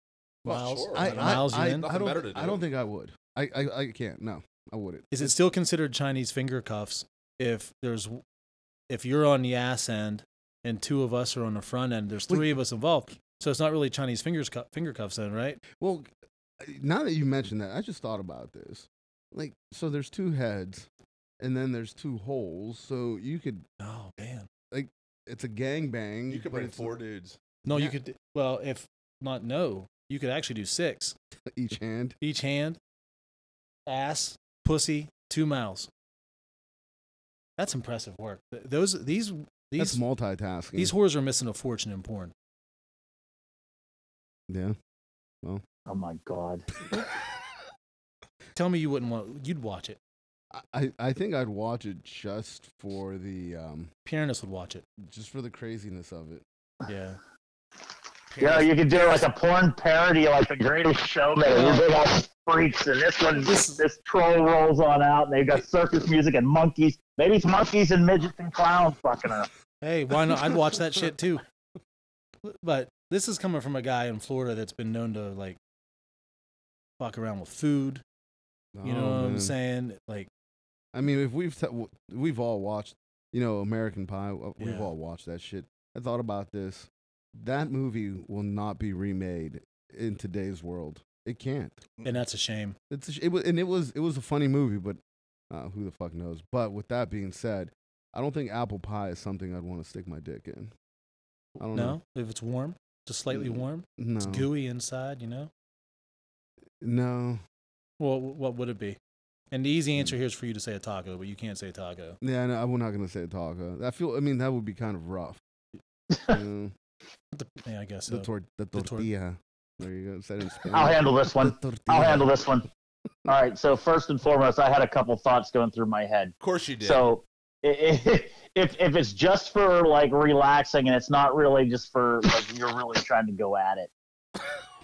Well,
Miles,
sure.
I, I,
Like
Miles, you
I,
in?
I
Nothing
don't,
better to
I don't
do.
think I would. I, I, I can't. No, I wouldn't.
Is it still considered Chinese finger cuffs if there's if you're on the ass end and two of us are on the front end? There's
Wait.
three of us involved, so it's not really Chinese fingers cu- finger cuffs then, right?
Well, now that you mentioned that, I just thought about this. Like, so there's two heads, and then there's two holes. So you could,
Oh man,
it's a gangbang.
You could
but
bring
it's
four dudes.
no,
Yeah.
you could. Well, if not, no, you could actually do six
each hand.
each hand, ass, pussy, two mouths. That's impressive work. Th- Those these these
That's multitasking.
These whores are missing a fortune in porn.
yeah.
oh my god.
Tell me you wouldn't want. You'd watch it.
I- I, I think I'd watch it just for the, um,
Pianists would watch it.
just for the craziness of it.
Yeah.
Yeah, you could do like a porn parody, like the greatest showman. You big old freaks, and this one,
This-
this, troll rolls on out, and they've got circus music and monkeys. Maybe it's monkeys and midgets and clowns fucking up.
Hey, why not? I'd watch that shit too. But this is coming from a guy in Florida that's been known to like fuck around with food. You know
Oh,
what I'm
man.
saying? Like,
I mean, if we've t- we've all watched you know, American Pie. w- We've
Yeah.
all watched that shit. I thought about this. That movie will not be remade in today's world. It can't.
and that's a shame.
It's a sh- it was, and it was it was a funny movie, but uh, who the fuck knows? But with that being said, I don't think apple pie is something I'd want to stick my dick in. I don't know.
No, if it's warm, just slightly
Mm,
warm,
Oh, No,
it's gooey inside. You know.
no.
Well, wh- what would it be? And the easy answer here is for you to say a taco, but you can't say taco.
Yeah, no, I'm not gonna say taco. I feel. I mean, that would be kind of rough. You know,
The- yeah, I guess
the,
so.
tor- the
tor-
tortilla. there you go. Said in Spanish.
I'll handle this
The
one. I'll
tortilla.
handle this one. All right. So first and foremost, I had a couple thoughts going through my head.
Of course you did.
So i- i- if if it's just for like relaxing and it's not really just for like you're really trying to go at it.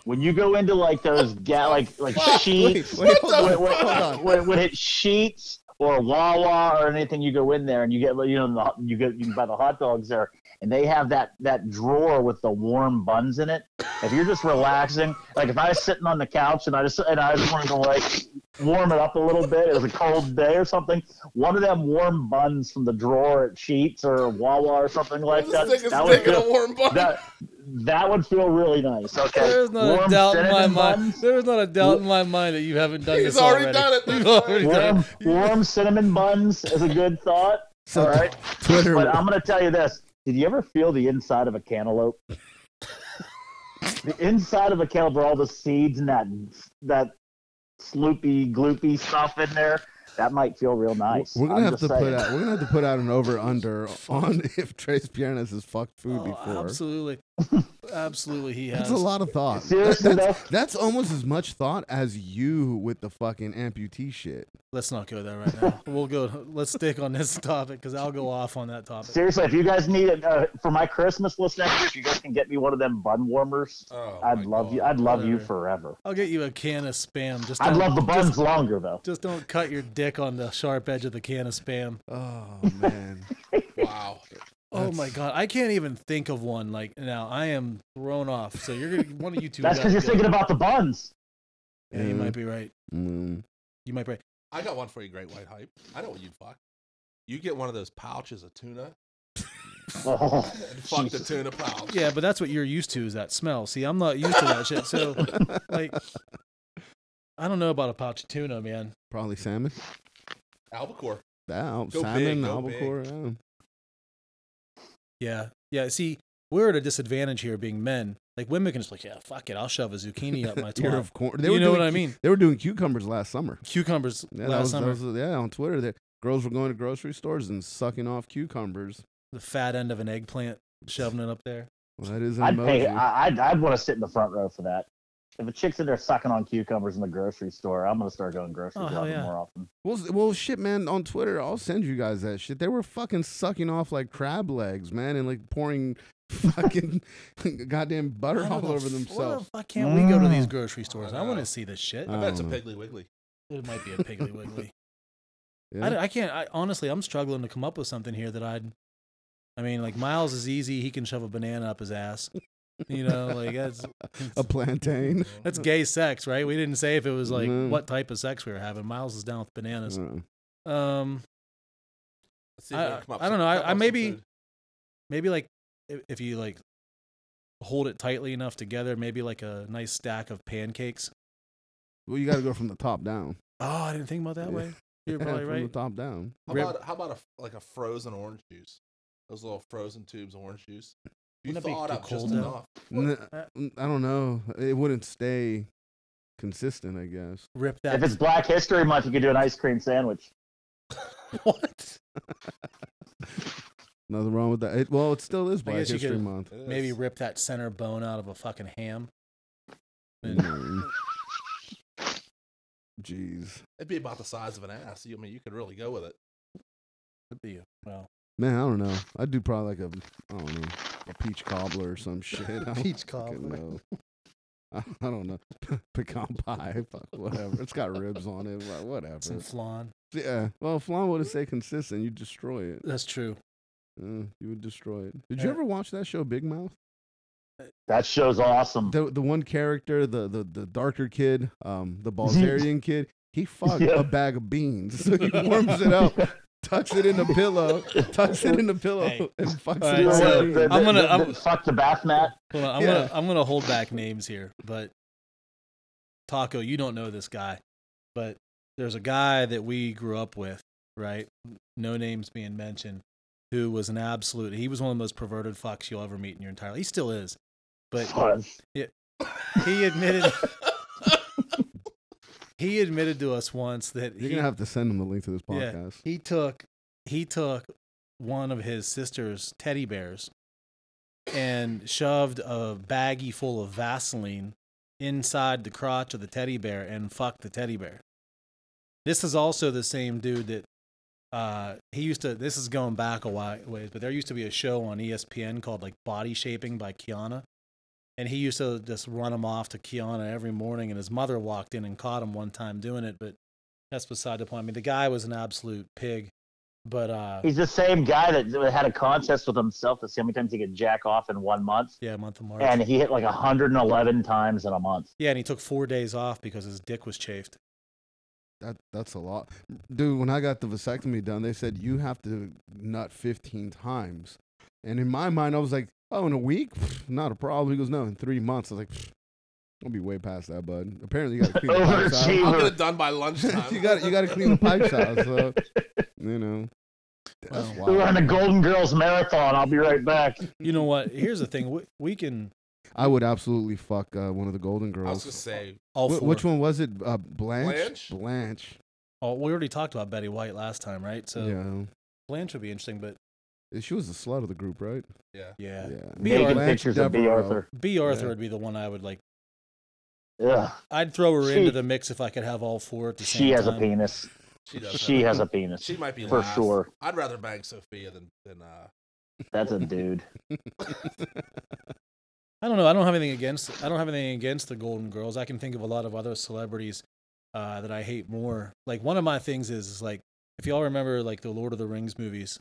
When you go into like those ga- like like
Fuck,
sheets,
Wait,
What the
hold on,
when,
hold
fuck?
on.
when, when it sheets or Wawa or anything, you go in there and you get you know the, you get you can buy the hot dogs there, and they have that that drawer with the warm buns in it. If you're just relaxing, like if I was sitting on the couch and I just and I just wanted to like warm it up a little bit, it was a cold day or something. One of them warm buns from the drawer at Sheets or Wawa or something like
Just
that.
stick his
That would
dick in a
feel,
warm bun.
that that would feel really nice. Okay,
There's not
Warm
a doubt in my
cinnamon
mind.
buns?
There's not a doubt in my mind that you haven't done
He's
this
already
already.
done it.
You've
That's
already
right.
done
Warm,
it.
warm cinnamon buns is a good thought.
So
All right.
t- Twitter.
But I'm going to tell you this. Did you ever feel the inside of a cantaloupe? the inside of a cantaloupe, all the seeds and that that sloopy, gloopy stuff in there, that might feel real nice.
We're gonna
I'm
have
just
to
saying.
put out. We're gonna have to put out an over under on if Trace Piernas has fucked food
Oh,
before.
absolutely, absolutely, he has.
That's a lot of thought.
Seriously,
that's,
though,
that's almost as much thought as you with the fucking amputee shit.
Let's not go there right now. We'll go. Let's stick on this topic because I'll go off on that topic.
seriously, if you guys need it uh, for my Christmas list next year, if you guys can get me one of them bun warmers,
Oh, my
I'd love
God.
you. I'd love you
Whatever.
forever.
I'll get you a can of spam. Just
I'd
don't-
love the buns
Just,
longer though.
just don't cut your dick on the sharp edge of the can of spam.
Oh man.
Wow.
Oh
That's-
my god, I can't even think of one. Like now, I am thrown off. So you're gonna one of you two.
That's
guys
because you're
go.
thinking about the buns.
Yeah, you
Mm-hmm.
might be right.
Mm.
You might be right.
I got one for you, Great White Hype. I know what you'd fuck. You get one of those pouches of tuna
Oh,
and fuck
Jesus.
the tuna pouch.
Yeah, but that's what you're used to is that smell. See, I'm not used to that shit. So like, I don't know about a pouch of tuna, man.
Probably salmon.
Albacore.
That
Go
salmon,
big, go
albacore. yeah.
Yeah, yeah. See, we're at a disadvantage here, being men. Like women can just like, yeah, fuck it, I'll shove a zucchini up my
Ear
twat.
of corn.
You know
doing
what I
cu-
mean?
They were doing cucumbers last summer.
Cucumbers
Yeah, that
last
was, that
summer,
was- yeah, on Twitter, that girls were going to grocery stores and sucking off cucumbers.
the fat end of an eggplant, shoving it up there.
Well, that is an
I'd pay.
emoji.
I, I'd, I'd want to sit in the front row for that. If a chick's in there sucking on cucumbers in the grocery store, I'm gonna start going grocery
Oh, hell
shopping
yeah.
more often.
well, s- well, shit, man. On Twitter, I'll send you guys that shit. They were fucking sucking off like crab legs, man, and like pouring fucking goddamn butter
I don't
all
know,
over
f-
themselves.
Why the fuck can't we go to these
Mm.
grocery stores?
I
I want
know.
to see this shit.
Uh,
I bet it's a
Oh.
Piggly Wiggly.
It might be a Piggly Wiggly.
Yeah.
I d- I, can't. I, honestly, I'm struggling to come up with something here that I'd. I mean, like Miles is easy. He can shove a banana up his ass. You know, like that's
a plantain.
that's gay sex, right? We didn't say if it was like
No.
what type of sex we were having. Miles is down with bananas.
Uh,
Um,
Let's see if
I- uh,
we can come up
I don't
some-
know, I-
come
I
up
maybe-
some food.
maybe like if, if you like hold it tightly enough together, maybe like a nice stack of pancakes.
well, you got to go from the top down.
Oh, I didn't think about that
Yeah.
way. You're
Yeah,
probably
from
right.
the top down.
How
Rib-
about how about a f- like a frozen orange juice? Those little frozen tubes of orange juice. You
Wouldn't that be
thawed
too
up
cold,
just
though?
enough.
N-
Uh,
n- I don't know. It wouldn't stay consistent, I guess.
Rip
If it's
that.
Black History Month, you could do an ice cream sandwich.
What?
Nothing wrong with that. It, well, it still is Black
guess you
History
could-
Month.
It
Maybe
is.
rip that center bone out of a fucking ham. And-
Mm. Jeez.
it'd be about the size of an ass. You- I mean, you could really go with it.
Could be. Well,
Man, I don't know. I'd do probably like a, I don't know, a peach cobbler or some shit. I don't
Peach
fucking
cobbler.
know. I, I don't know. Pecan pie, fuck, whatever. It's got ribs on it, but
some
whatever.
flan.
Yeah. Well, Flan would say consistent. You destroy it.
That's true.
Uh, you would destroy it. Did you
Uh,
ever watch that show, Big Mouth?
That show's awesome.
The the one character, the the, the darker kid, um, the Balsarian kid. He fucked
Yeah.
a bag of beans, so he warms it up tucks it in the pillow, tucks it in the pillow,
Hey.
and fucks
All
it.
right,
in the
so-
The-
bean.
the-
I'm gonna-
the-
I'm-
the- fuck the bath mat.
Hold on, I'm
Yeah.
gonna I'm gonna hold back names here, but Taco, you don't know this guy, but there's a guy that we grew up with, right? No names being mentioned, who was an absolute. He was one of the most perverted fucks you'll ever meet in your entire. life. He still is, but
Fun.
he admitted he admitted to us once that
You're
he,
gonna have to send him the link to this
Yeah.
podcast.
he took he took one of his sister's teddy bears and shoved a baggie full of Vaseline inside the crotch of the teddy bear and fucked the teddy bear. This is also the same dude that uh, he used to. This is going back a while ways, but there used to be a show on E ESPN called like Body Shaping by Kiana, and he used to just run him off to Kiana every morning. And his mother walked in and caught him one time doing it, but that's beside the point. I mean, the guy was an absolute pig, but uh,
He's the same guy that had a contest with himself to see how many times he could jack off in one month,
yeah, month of March.
and he hit like 111 times in a month.
Yeah, and he took four days off because his dick was chafed.
That that's a lot, dude. When I got the vasectomy done, they said you have to nut 15 times, and in my mind, I was like, "Oh, in a week, Pfft, not a problem." He goes, "No, in three months." I was like, "Pfft, "I'll be way past that, bud." Apparently, you got to clean the pipes out.
Overachiever.
I'll get it done by lunchtime.
you got you got to clean the pipes out, so you know. That's
Well,
wild.
We run a Golden Girls marathon. I'll be right back.
You know what? Here's the thing: we, we can
I would absolutely fuck uh, one of the Golden
I
Girls.
was gonna say
all
Wh-
four.
which one was it? Uh, Blanche.
Blanche?
Blanche.
Oh, we already talked about Betty White last time, right? So
yeah,
Blanche would be interesting, but
she was the slut of the group, right?
yeah.
yeah,
Yeah.
B.
Naked
Arthur.
pictures of B.
Devereaux.
Arthur.
B. Arthur
Yeah.
would be the one I would like.
Ugh.
I'd throw her
She-
into the mix if I could have all four at the same
She has a
time.
penis.
She does.
She
have-
has a penis.
She might be
for
last.
sure.
I'd rather bang Sophia than than uh.
That's a dude.
I don't know. I don't have anything against. I don't have anything against the Golden Girls. I can think of a lot of other celebrities uh, that I hate more. Like one of my things is, is like if y'all remember like the Lord of the Rings movies.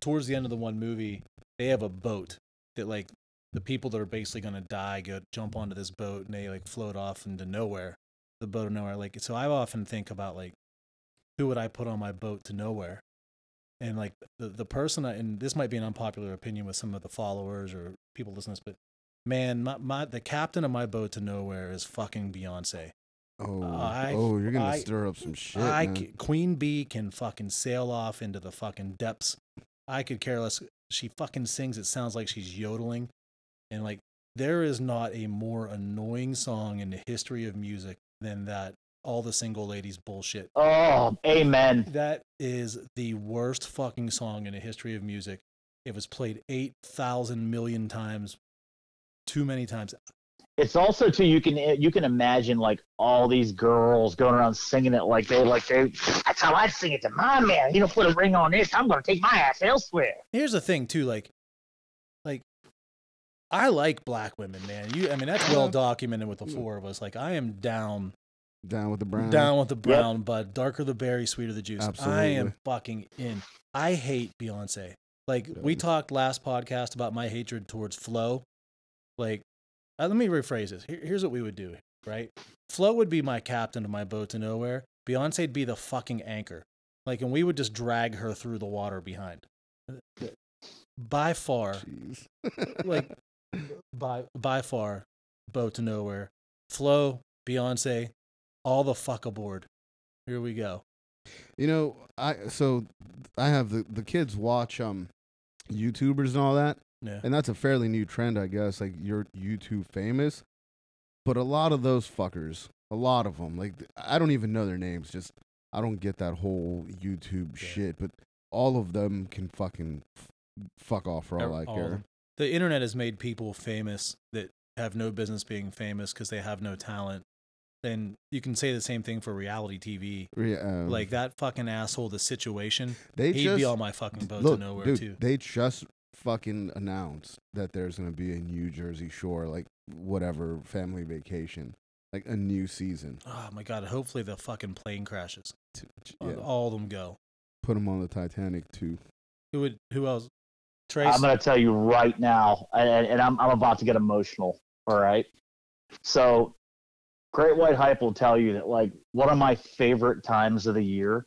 Towards the end of the one movie, they have a boat that like the people that are basically gonna die go jump onto this boat and they like float off into nowhere. The boat of nowhere. Like so, I often think about like who would I put on my boat to nowhere. And like the, the person, I, and this might be an unpopular opinion with some of the followers or people listening to this, but man, my, my the captain of my boat to nowhere is fucking Beyonce.
Oh,
I-
oh, you're gonna
I-
stir up some shit.
I
man.
c- Queen Bee can fucking sail off into the fucking depths. I could care less. She fucking sings. It sounds like she's yodeling, and like there is not a more annoying song in the history of music than that. All the single ladies bullshit.
Oh, amen.
That is the worst fucking song in the history of music. It was played eight thousand million times, too many times.
It's also too. You can you can imagine like all these girls going around singing it like they like they. That's how I sing it to my man. You don't put a ring on this. I'm gonna take my ass elsewhere.
here's the thing too like like i like black women man you i mean that's well
Yeah.
documented with the four of us like i am down
down with the brown.
down with the brown bud darker the berry sweeter the juice i am
Absolutely.
fucking in i hate beyonce like we
Yeah.
talked last podcast about my hatred towards flo like uh, let me rephrase this Here, here's what we would do right flo would be my captain of my boat to nowhere beyonce'd be the fucking anchor like and we would just drag her through the water behind by far
Jeez.
like by by far boat to nowhere flow beyonce all the fuck aboard here we go
you know, I so I have the the kids watch um YouTubers and all that,
yeah
and that's a fairly new trend, I guess. Like you're YouTube famous, but a lot of those fuckers, a lot of them, like I don't even know their names. Just I don't get that whole YouTube
Yeah.
shit, but all of them can fucking f- fuck off for all I
All
care.
of 'em. the internet has made people famous that have no business being famous because they have no talent and you can say the same thing for reality tv
Yeah, um,
like that fucking asshole the situation
they
he'd
just
be on my fucking boat
Look,
to nowhere
dude,
too
They just fucking announced that there's gonna be a New Jersey Shore, like whatever family vacation, like a new season.
oh my god hopefully the fucking plane crashes
T- j-
All-
Yeah,
all of them go
put them on the Titanic too.
who would who else trace
I'm gonna tell you right now, and, and I'm I'm about to get emotional. All right. So, Great White Hype will tell you that like one of my favorite times of the year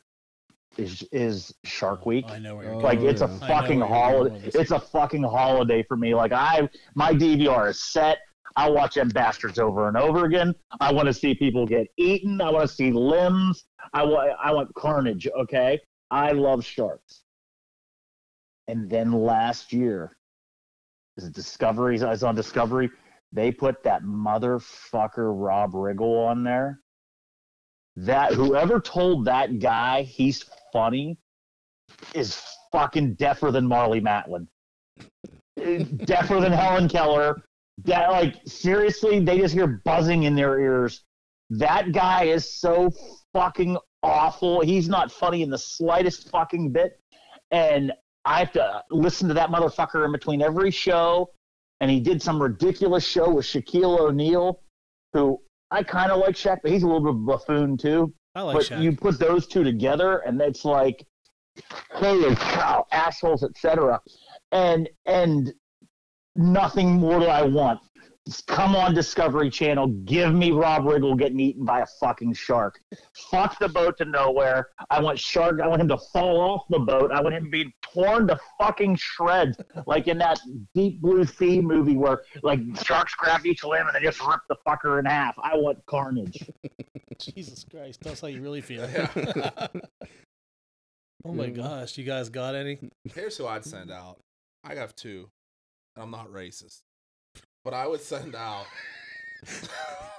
is is Shark Week.
I know where you're
Oh,
going.
Like it's a
yeah.
I know
fucking
where you're going
holiday.
with this.
It's a fucking holiday for me. Like I, my DVR is set. I watch them bastards over and over again. I want to see people get eaten. I want to see limbs. I want, I want carnage. Okay, I love sharks. And then last year, is it Discovery? I was on Discovery. They put that motherfucker Rob Riggle on there. That whoever told that guy he's funny is fucking deafer than Marley Matlin, deafer than Helen Keller. That like seriously, they just hear buzzing in their ears. That guy is so fucking awful. He's not funny in the slightest fucking bit, and I have to listen to that motherfucker in between every show. And he did some ridiculous show with Shaquille O'Neal, who I kind of like Shaq, but he's a little bit of a buffoon too
I like
but
Shaq.
you put those two together and it's like holy cow assholes etc and and nothing more do i want Just come on discovery channel give me rob riggle getting eaten by a fucking shark fuck the boat to nowhere i want shark i want him to fall off the boat i want him to be torn to fucking shreds like in that deep blue sea movie where like sharks grab each limb and they just rip the fucker in half i want carnage
Jesus Christ, that's how you really feel.
Yeah. Mm-hmm.
oh my
Yeah.
gosh, you guys got any?
Here's who I'd send out. I have two. and I'm not racist, but I would send out.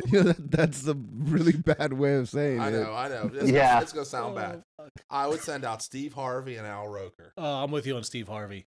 yeah, that, that's the really bad way of saying
I
it.
know, I know. It's,
Yeah.
gonna, it's gonna sound bad.
Oh, fuck.
I would send out Steve Harvey and Al Roker.
Oh, I'm with you on Steve Harvey.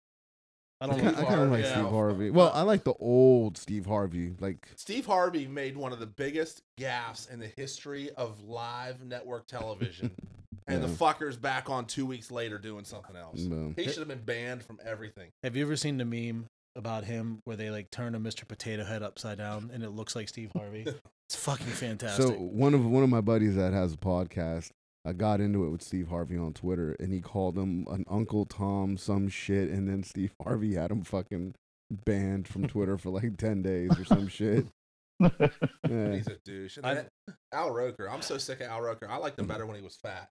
I
I,
don't
Okay,
like
Steve
kind of like
Harvey.
Steve
Yeah.
Harvey. Well, I like the old Steve Harvey. Like,
Steve Harvey made one of the biggest gaffes in the history of live network television, and the
Yeah. Mm.
fucker's back on two weeks later doing something else.
no.
He should have been banned from everything.
Have you ever seen the meme about him where they like turn a Mr. Potato Head upside down and it looks like Steve Harvey? it's fucking fantastic.
so one of one of my buddies that has a podcast, I got into it with Steve Harvey on Twitter, and he called him an Uncle Tom some shit, and then Steve Harvey had him fucking banned from Twitter for like ten days or some shit. Yeah.
He's a douche. And
I-
then Al Roker. I'm so sick of Al Roker. I liked him better when he was fat.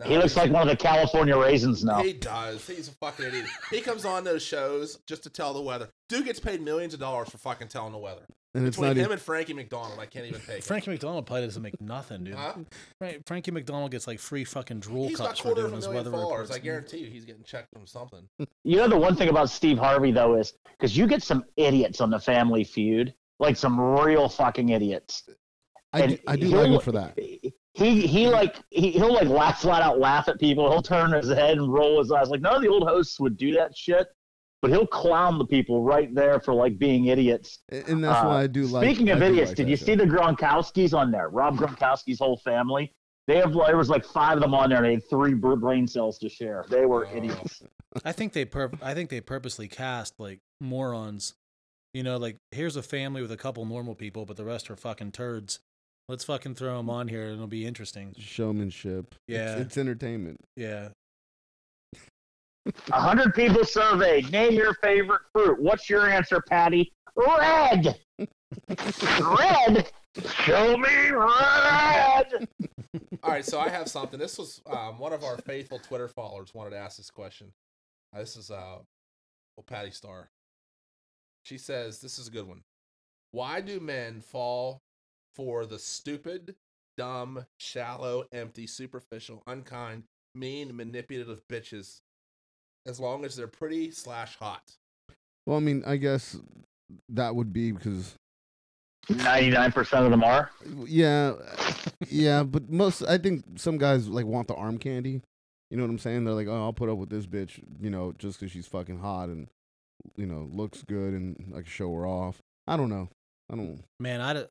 Now
He looks
he's-
like one of the California raisins now.
He does. He's a fucking idiot. He comes on those shows just to tell the weather. Dude gets paid millions of dollars for fucking telling the weather.
And it's
Between
not e,
him
even
and Frankie McDonald, I can't even take it.
Frankie McDonald probably doesn't make nothing, dude.
Huh?
Fran- Frankie McDonald gets like free fucking drool
He's got
cups for
quarter of
doing
a
his
million
weather
followers.
reports.
I guarantee you, he's getting checked from something.
You know the one thing about Steve Harvey though is because you get some idiots on the Family Feud, like some real fucking idiots.
I do,
and
I do
he'll
like him
look-
for that.
He he like he, he'll like laugh flat out laugh at people. He'll turn his head and roll his eyes. Like none of the old hosts would do that shit, but he'll clown the people right there for like being idiots.
And and that's
Uh,
why I do like
Speaking
I
of
do
idiots,
like
did
that
you
show.
see the Gronkowski's on there? Rob Gronkowski's whole family. They have there was like five of them on there, and they had three br- brain cells to share. They were
Oh.
idiots.
I think they pur- I think they purposely cast like morons. You know, like here's a family with a couple normal people, but the rest are fucking turds. Let's fucking throw
Mm.
them on here, and it'll be interesting.
showmanship?
Yeah.
It's, it's entertainment.
Yeah,
A hundred people surveyed. Name your favorite fruit. What's your answer, Patty? Red. red. Show me red.
All right, so I have something. This was um, one of our faithful Twitter followers wanted to ask this question. Uh, this is uh, well, Patty Star. She says this is a good one. Why do men fall for the stupid, dumb, shallow, empty, superficial, unkind, mean, manipulative bitches? As long as they're pretty slash hot.
Well, I mean, I guess that would be because
Ninety-nine percent of them are.
yeah, yeah, but most I think some guys like want the arm candy. You know what I'm saying? They're like, oh, I'll put up with this bitch, you know, just because she's fucking hot and you know looks good and I can show her off. I don't know. I don't.
man, I, d-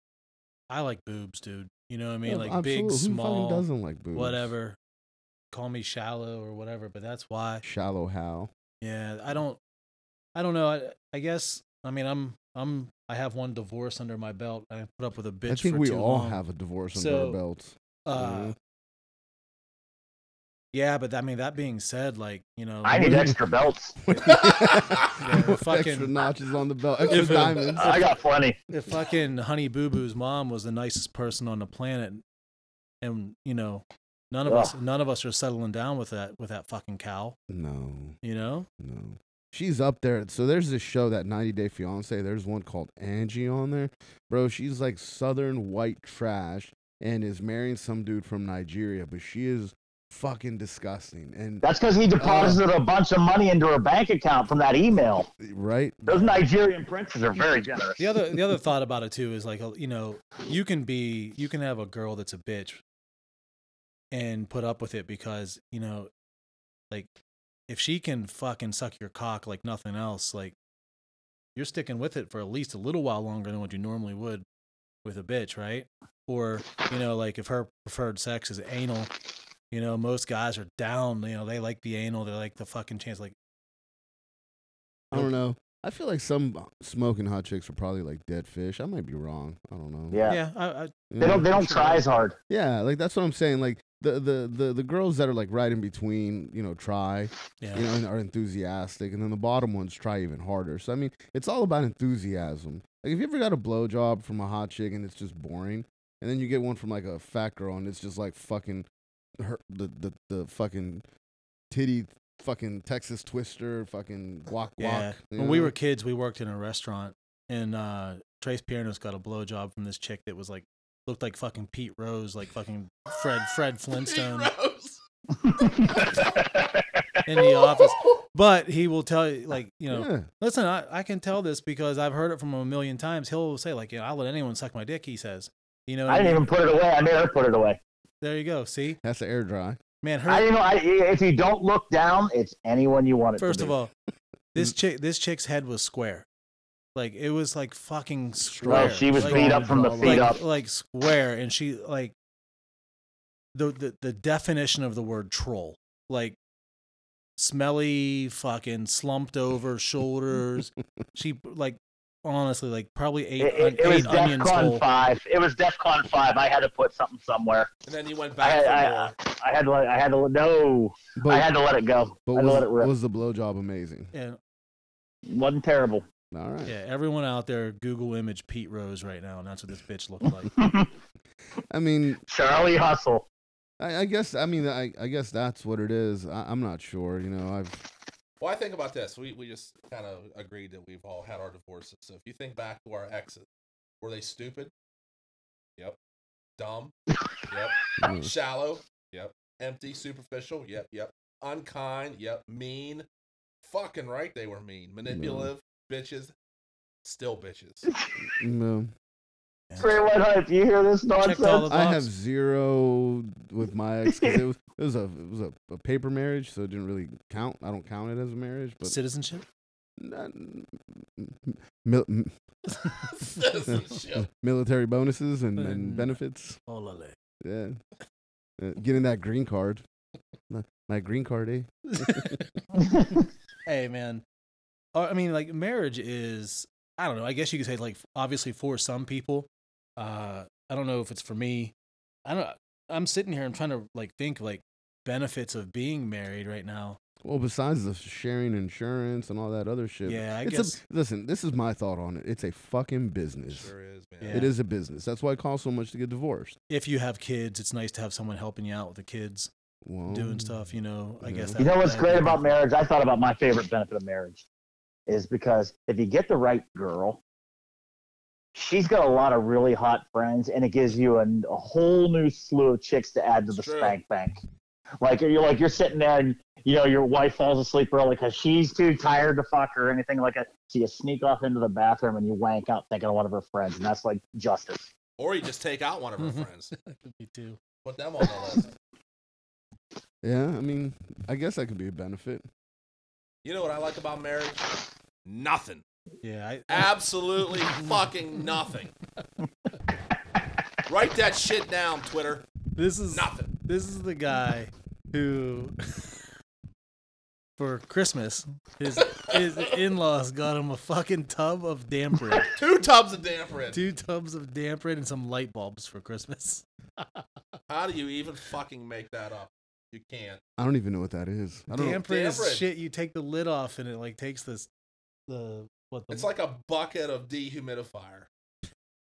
I like boobs, dude. You know what I mean?
Yeah,
like
oh, absolutely.
big,
Who fucking
small,
doesn't like boobs?
whatever. Call me shallow or whatever, but that's why.
Shallow how?
Yeah, I don't I don't know. I, I guess I mean I'm I'm I have one divorce under my belt and I put up with a bitch
I think
for
we
too
all
long.
have a divorce under
So-
our belts.
uh,
Mm-hmm.
Yeah.
yeah, but I mean that being said, like, you know,
I need extra belts.
extra
fucking-
notches on the belt,
If
extra
it- uh,
diamonds.
I got plenty.
if fucking Honey Boo Boo's mom was the nicest person on the planet and you know, None of
Ugh.
us, none of us are settling down with that with that fucking cow.
No,
You know,
no. She's up there. So there's this show that 90 Day Fiance. There's one called Angie on there, bro. She's like Southern white trash and is marrying some dude from Nigeria, but she is fucking disgusting. And
That's because he deposited a bunch of money into her bank account from that email.
right,
Those Nigerian princes are very generous.
the other the other thought about it too is like you know you can be you can have a girl that's a bitch and put up with it because you know like if she can fucking suck your cock like nothing else like you're sticking with it for at least a little while longer than what you normally would with a bitch right or you know like if her preferred sex is anal you know most guys are down you know they like the anal they like the fucking chance like
I don't know. I feel like some uh, smoking hot chicks are probably like dead fish. I might be wrong. I don't know. Mm.
Yeah.
yeah I, I,
They don't. They don't try as hard.
Yeah, like that's what I'm saying. Like the the the, the girls that are like right in between, you know, try,
yeah
you know, and are enthusiastic, and then the bottom ones try even harder. So I mean, it's all about enthusiasm. Like if you ever got a blowjob from a hot chick and it's just boring, and then you get one from like a fat girl and it's just like fucking her the the, the fucking titty fucking Texas twister fucking guac guac.
Yeah.
you
When we
know?
were kids, we worked in a restaurant, and uh, Trace Piernos got a blowjob from this chick that was like looked like fucking Pete Rose, like fucking Fred Fred Flintstone in the office. But he will tell you, like you know,
yeah.
listen, I, I can tell this because I've heard it from him a million times. He'll say like, you know, I'll let anyone suck my dick. He says, you know, what
I
I
didn't
mean?
even put it away. I made her put it away.
there you go. See,
That's the air dry.
man, her
I you know. I, if you don't look down, it's anyone you want it
First
to
of
be.
all, this chick this chick's head was square. Like it was like fucking square.
well, she was
like,
beat up from the
Like-
like,
feet up.
like square and she like the, the the definition of the word troll. Like smelly fucking slumped over shoulders. she like honestly like probably eight
It,
on-
it, it was
eight onions
DefCon
full.
five. It was DefCon five. I had to put something somewhere.
And then you went
I
back
had,
for
I,
more.
I had to. Let, I had to. let- No,
But
I had to let it go.
but
I had to let
was,
it rip.
was the blowjob amazing?
And
wasn't terrible.
All right.
yeah, everyone out there Google image Pete Rose right now and that's what this bitch looked like.
I mean,
Charlie Hustle.
I, I guess I mean I, I guess that's what it is. I, I'm not sure. You know, I've
Well, I think about this. We we just kind of agreed that we've all had our divorces. So if you think back to our exes, were they stupid? Yep. Dumb. Yep.
you know,
Shallow. Yep. Empty. Superficial. Yep. Yep. Unkind. Yep. Mean. Fucking right, they were mean. Manipulative. Bitches. Still bitches.
you know.
Great White Hype. You hear this
Checked all the
nonsense?
box.
I have zero with my ex 'cause it was it was a it was a, a paper marriage, so it didn't really count. I don't count it as a marriage, but
citizenship.
not- mil- m-
Citizenship.
military bonuses and, and
Mm.
benefits.
Olale.
Yeah, Uh, getting that green card. My, my green card, eh?
hey man Uh, i mean like marriage is i don't know i guess you could say like obviously for some people uh i don't know if it's for me i don't i'm sitting here i'm trying to like think like benefits of being married right now
Well, besides the sharing insurance and all that other shit.
yeah i
it's
guess
a, listen, this is my thought on it. It's a fucking business.
Sure is, man.
Yeah.
It is a business. That's why it costs so much to get divorced.
if you have kids it's nice to have someone helping you out with the kids
Well,
doing stuff you know i guess
Yeah.
that,
You know what's
that-
great about marriage? I thought about my favorite benefit of marriage is because if you get the right girl, she's got a lot of really hot friends, and it gives you a, a whole new slew of chicks to add to the
It's true.
spank bank. Like you're like you're sitting there, and you know your wife falls asleep early because she's too tired to fuck or anything like that. So you sneak off into the bathroom and you wank out thinking of one of her friends, and that's like justice.
Or you just take out one of her
Mhm.
friends.
Me too.
Put them on the list.
Yeah, I mean, I guess that could be a benefit.
You know what I like about marriage? Nothing.
yeah I,
Absolutely fucking nothing. Write that shit down, Twitter.
this is
Nothing.
this is the guy who for christmas his his in-laws got him a fucking tub of damper
Two tubs of damperin.
two tubs of damper and some light bulbs for christmas
How do you even fucking make that up? You can't.
I don't even know what that is. I don't know.
damper is
Damperin'.
shit you take the lid off and it like takes this the what the
It's like a bucket of dehumidifier.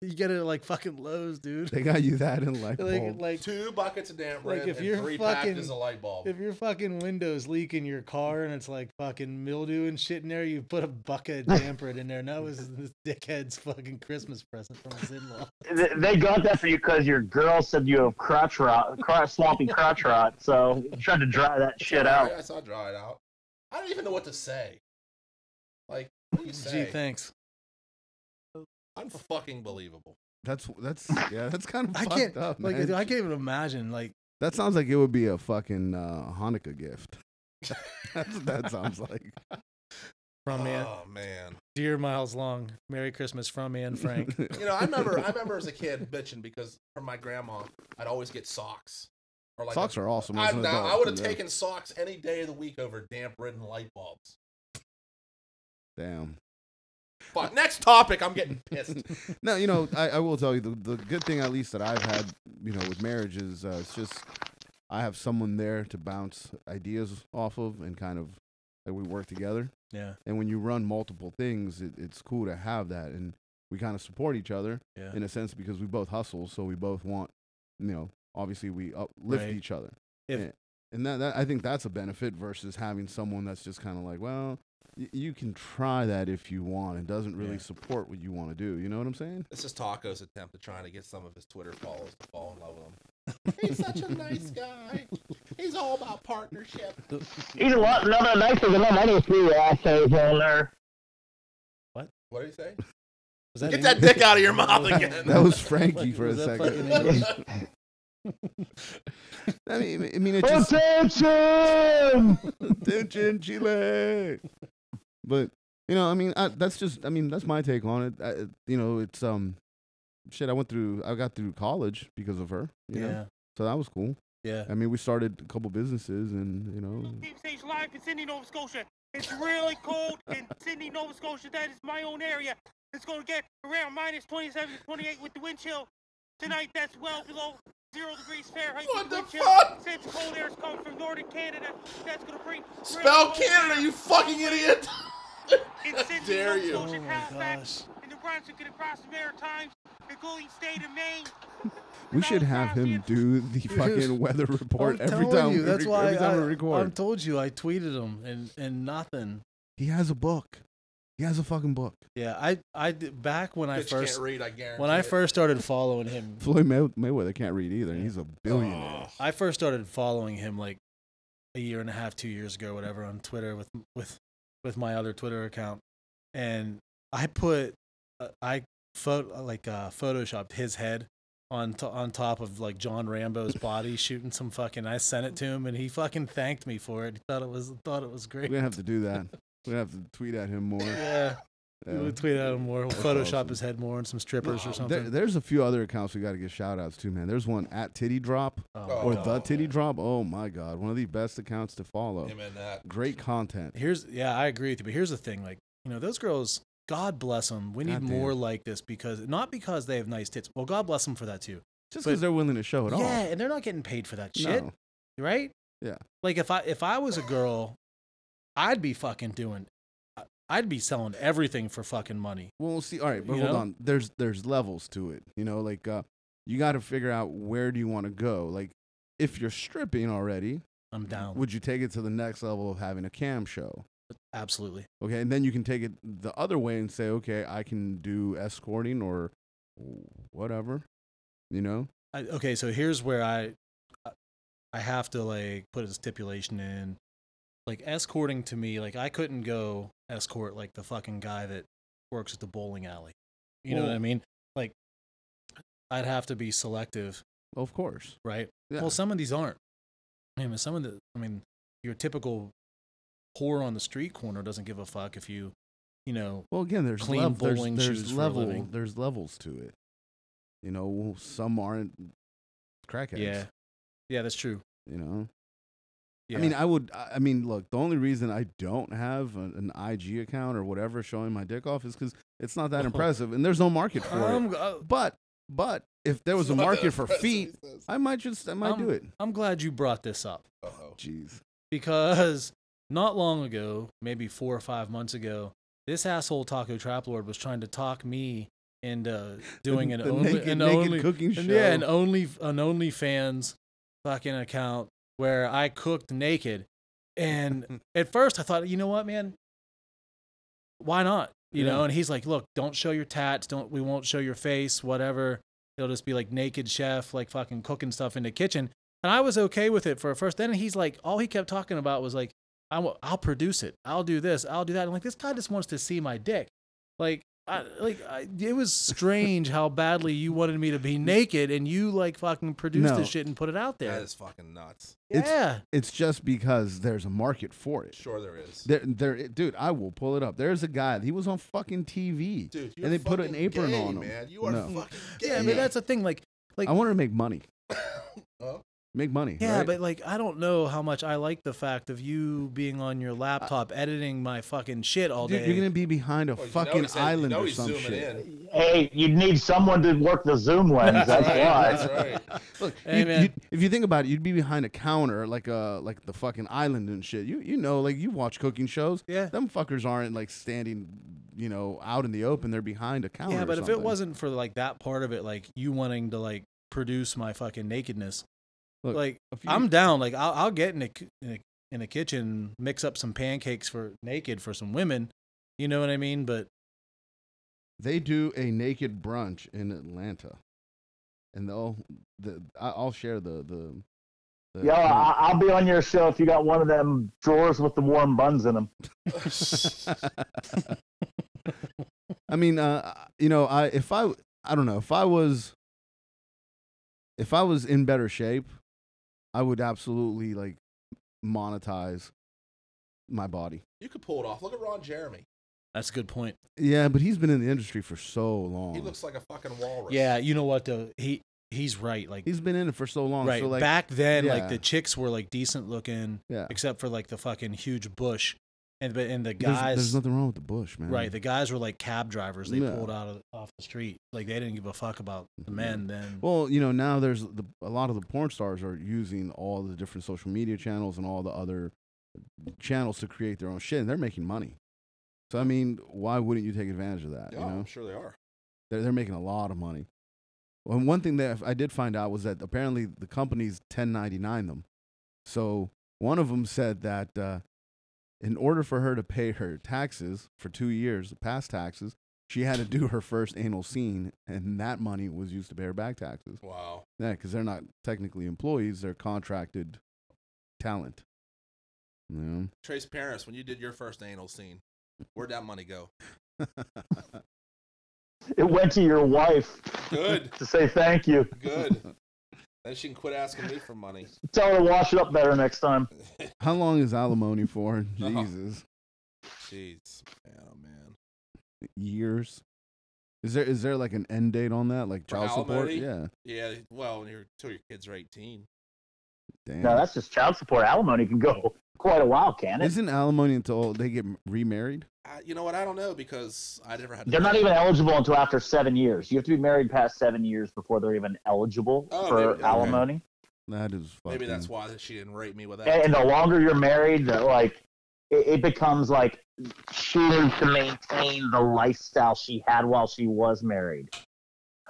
You get it at like fucking Lowe's, dude.
They got you that in light
Like,
bulb.
like
Two buckets of damp
Like,
rim
if
and
you're
three
fucking-
packages of light bulb.
if your fucking windows leak in your car and it's like fucking mildew and shit in there, you put a bucket of dampered in there. And that was this dickhead's fucking Christmas present from his in-law.
Th- They got that for you because your girl said you have crotch rot, crotch, swampy crotch rot. So tried to dry that shit out.
I, I saw dry it out. I don't even know what to say. Like, what do you
Gee,
say?
thanks.
Unfucking believable.
That's that's yeah. That's kind of
I
fucked
can't
up,
like
man.
I can't even imagine like
that sounds like it would be a fucking uh, Hanukkah gift. that's what that sounds like.
from me,
Oh man.
dear Miles Long, Merry Christmas from me and Frank.
You know, I remember I remember as a kid bitching because from my grandma, I'd always get socks. Or
Socks are awesome. as
I,
an
now,
adult,
I would have
yeah.
taken socks any day of the week over damp ridden light bulbs.
Damn.
Fuck. Next topic. I'm getting pissed.
No, you know, I, I will tell you the, the good thing at least that I've had, you know, with marriage is uh, it's just I have someone there to bounce ideas off of and kind of like we work together.
Yeah,
And when you run multiple things, it, it's cool to have that, and we kind of support each other
yeah.
in a sense because we both hustle, so we both want, you know, obviously we uplift
Right.
each other.
If-
and and that, that I think that's a benefit versus having someone that's just kind of like, well, y- you can try that if you want, and doesn't really
Yeah.
support what you want to do. You know what I'm saying?
This is Taco's attempt at trying to get some of his Twitter followers to fall in love with him. He's such a nice guy. He's all about partnership.
He's a lot another nicer than them. I don't see your assholes on there.
What do you say?
Was
Get
in-
that dick out of your mouth again.
That was Frankie for a
Was that
second.
fucking English?
I mean, I mean, it just
Attention!
attention, Chile. But you know, I mean, I, that's just, I mean, that's my take on it. I, you know, it's um, shit. I went through, I got through college because of her. You know?
Yeah,
So that was cool.
yeah.
I mean, we started a couple businesses, and you know,
Deep Stage Live in Sydney, Nova Scotia. It's really cold in Sydney, Nova Scotia. That is my own area. It's going to get around minus 27 to 28 with the wind chill. Tonight, that's well below zero degrees Fahrenheit.
What
with wind
the
chill.
fuck?
Since cold air is coming from northern Canada, that's going to bring. real
Spell
cold
Canada,
air
you fucking idiot.
In
How
Sydney,
dare
Nova
you.
Scotia,
Oh my
Halifax,
gosh.
and the Brunswick and across the Maritimes, including state of Maine.
we should have him do the fucking weather report
I'm
every
telling
time.
you,
we
that's
rec-
why
every time
I,
we record.
I'm told you I tweeted him and and nothing.
he has a book. He has a fucking book.
Yeah, I I did- back when I
Bitch can't
first
read, I guarantee
when I
it.
first started following him,
Floyd May- Mayweather can't read either, and he's a billionaire.
I first started following him like a year and a half, two years ago, whatever, on Twitter with with with my other Twitter account, and I put uh, I photo like uh, photoshopped his head on to- on top of like John Rambo's body shooting some fucking. I sent it to him, and he fucking thanked me for it. He thought it was thought it was
We're
great.
gonna have to do that. We're gonna have to tweet at him more.
Yeah,
Yeah.
we would tweet at him more. We'll Photoshop
awesome.
his head more and some strippers
There-
or something.
there's a few other accounts we got to give shout outs to, man. There's one at Titty Drop
Oh,
Oh,
or
God.
The
man.
Titty Drop. Oh my God. One of the best accounts to follow.
Him and that.
Great content.
here's yeah i agree with you but here's the thing like you know those girls god bless them we need
Goddamn.
more like this because not because they have nice tits well god bless them for that too
Just
But-
because they're willing to show it
yeah
off.
and they're not getting paid for that shit
No.
right
Yeah.
like if i if i was a girl i'd be fucking doing I- i'd be selling everything for fucking money
Well, see, all right, but
You
hold
know?
on. There's there's levels to it. You know, like uh, you got to figure out where do you want to go. Like if you're stripping already,
i'm down
Mm-hmm. would you take it to the next level of having a cam show?
absolutely
Okay, and then you can take it the other way and say, okay, I can do escorting or whatever. You know,
I, okay so here's where i I- i have to like put a stipulation in like escorting to me like i couldn't go escort like the fucking guy that works at the bowling alley you know what i
Well-
mean like i'd have to be selective
of course.
right
Yeah.
well some of these aren't i mean some of the i mean your typical whore on the street corner doesn't give a fuck if you you know
Well, again, there's
Clean
lev- there's-
bowling
there's,
shoes for a
level,
living.
There's levels to it. You know, some aren't crackheads.
yeah yeah that's true
You know,
yeah.
I mean, I would. I I mean, look, the only reason I don't have an, an IG account or whatever showing my dick off is because it's not that impressive, and there's no market for it.
I'm, uh,
But but if there was a
Not that
market for
impressive,
feet,
he says.
I might just I might
I'm-
do it.
I'm glad you brought this up
Uh-oh.
Jeez.
because not long ago, maybe four or five months ago, this asshole Taco Traplord was trying to talk me and uh, doing an
the
only,
naked,
an
naked
only
cooking show.
and yeah, an only an OnlyFans fucking account where I cooked naked. And at first I thought, you know what, man? Why not? You know,
Yeah.
and he's like, look, don't show your tats, don't we won't show your face, whatever. It'll just be like naked chef, like fucking cooking stuff in the kitchen. And I was okay with it for at first. Then he's like, all he kept talking about was like, i w- I'll produce it. I'll do this. I'll do that. I'm like, this guy just wants to see my dick. Like, I, like I, it was strange how badly you wanted me to be naked, and you like fucking produced
No.
this shit and put it out
That
there.
is fucking nuts.
It's-
yeah,
it's just because there's a market for it.
Sure, there is.
There, there, dude, I will pull it up. There's a guy. He was on fucking TV.
Dude,
and they put an
fucking
apron
gay,
on 'em.
Man, you are
No.
fucking gay.
yeah. I mean, that's the thing. Like, like
I wanted to make money.
Huh?
Make money.
Yeah,
right?
but like I don't know how much I like the fact of you being on your laptop editing my fucking shit all
Dude,
day. Oh,
you're gonna be behind a
Well, Oh, you know
fucking
he's- you
island
know
or
he's
some
zooming
shit.
in.
Hey, you need someone to work the zoom lens. That's
right,
why.
that's right.
Look,
Hey,
you-
man.
you- if you think about it, you'd be behind a counter like uh like the fucking island and shit. You you know like you watch cooking shows.
yeah.
Them fuckers aren't like standing, you know, out in the open. They're behind a counter.
Yeah,
or
but if it
something.
wasn't for like that part of it, like you wanting to like produce my fucking nakedness,
Look,
like
a few-
I'm down. Like I'll, I'll get in a ki- in a in a kitchen, mix up some pancakes for naked for some women. You know what I mean? But
they do a naked brunch in Atlanta, and they'll the I- I'll share the the. the
Yo, I, I'll be on your show if you got one of them drawers with the warm buns in them.
I mean, uh, you know, I if I I don't know if I was if I was in better shape, I would absolutely like monetize my body.
You could pull it off. Look at Ron Jeremy.
that's a good point.
Yeah, but he's been in the industry for so long.
He looks like a fucking walrus.
Yeah, you know what though? He he's right. Like
he's been in it for so long.
right
So like,
back then,
yeah.
like the chicks were like decent looking,
yeah,
except for like the fucking huge bush, and but and the
there's,
guys.
there's nothing wrong with the bush, man.
Right, the guys were like cab drivers. They
Yeah.
pulled out of, off the street. Like they didn't give a fuck about the
Mhm.
men then.
Well, you know, now there's the, a lot of the porn stars are using all the different social media channels and all the other channels to create their own shit, and they're making money. So I mean, why wouldn't you take advantage of that?
Yeah,
you know,
I'm sure they are.
they're they're making a lot of money. Well, And one thing that I did find out was that apparently the companies 1099 them. So one of them said that uh, in order for her to pay her taxes for two years, past taxes, she had to do her first anal scene, and that money was used to pay her back taxes.
Wow.
Yeah, because they're not technically employees; they're contracted talent. Yeah.
Trace Paris, when you did your first anal scene, where'd that money go?
It went to your wife
Good.
to say thank you.
Good. then she can quit asking me for money.
Tell her to wash it up better next time.
How long is alimony for?
Oh.
Jesus,
Jeez. Man, oh, man.
years. Is there is there like an end date on that? Like
For
child support?
alimony?
Yeah.
Yeah, well, when you're, till your kids are 18.
Damn.
No, that's just child support. Alimony can go quite a while, can it?
Isn't alimony until they get m- remarried?
I, you know what? I don't know because I never had to.
They're not even eligible until after seven years. You have to be married past seven years before they're even eligible
Oh,
for
maybe- okay.
alimony.
That is fucking.
Maybe that's why that she didn't rape me with that.
And, and the longer you're married, the, like it, it becomes like she needs to maintain the lifestyle she had while she was married.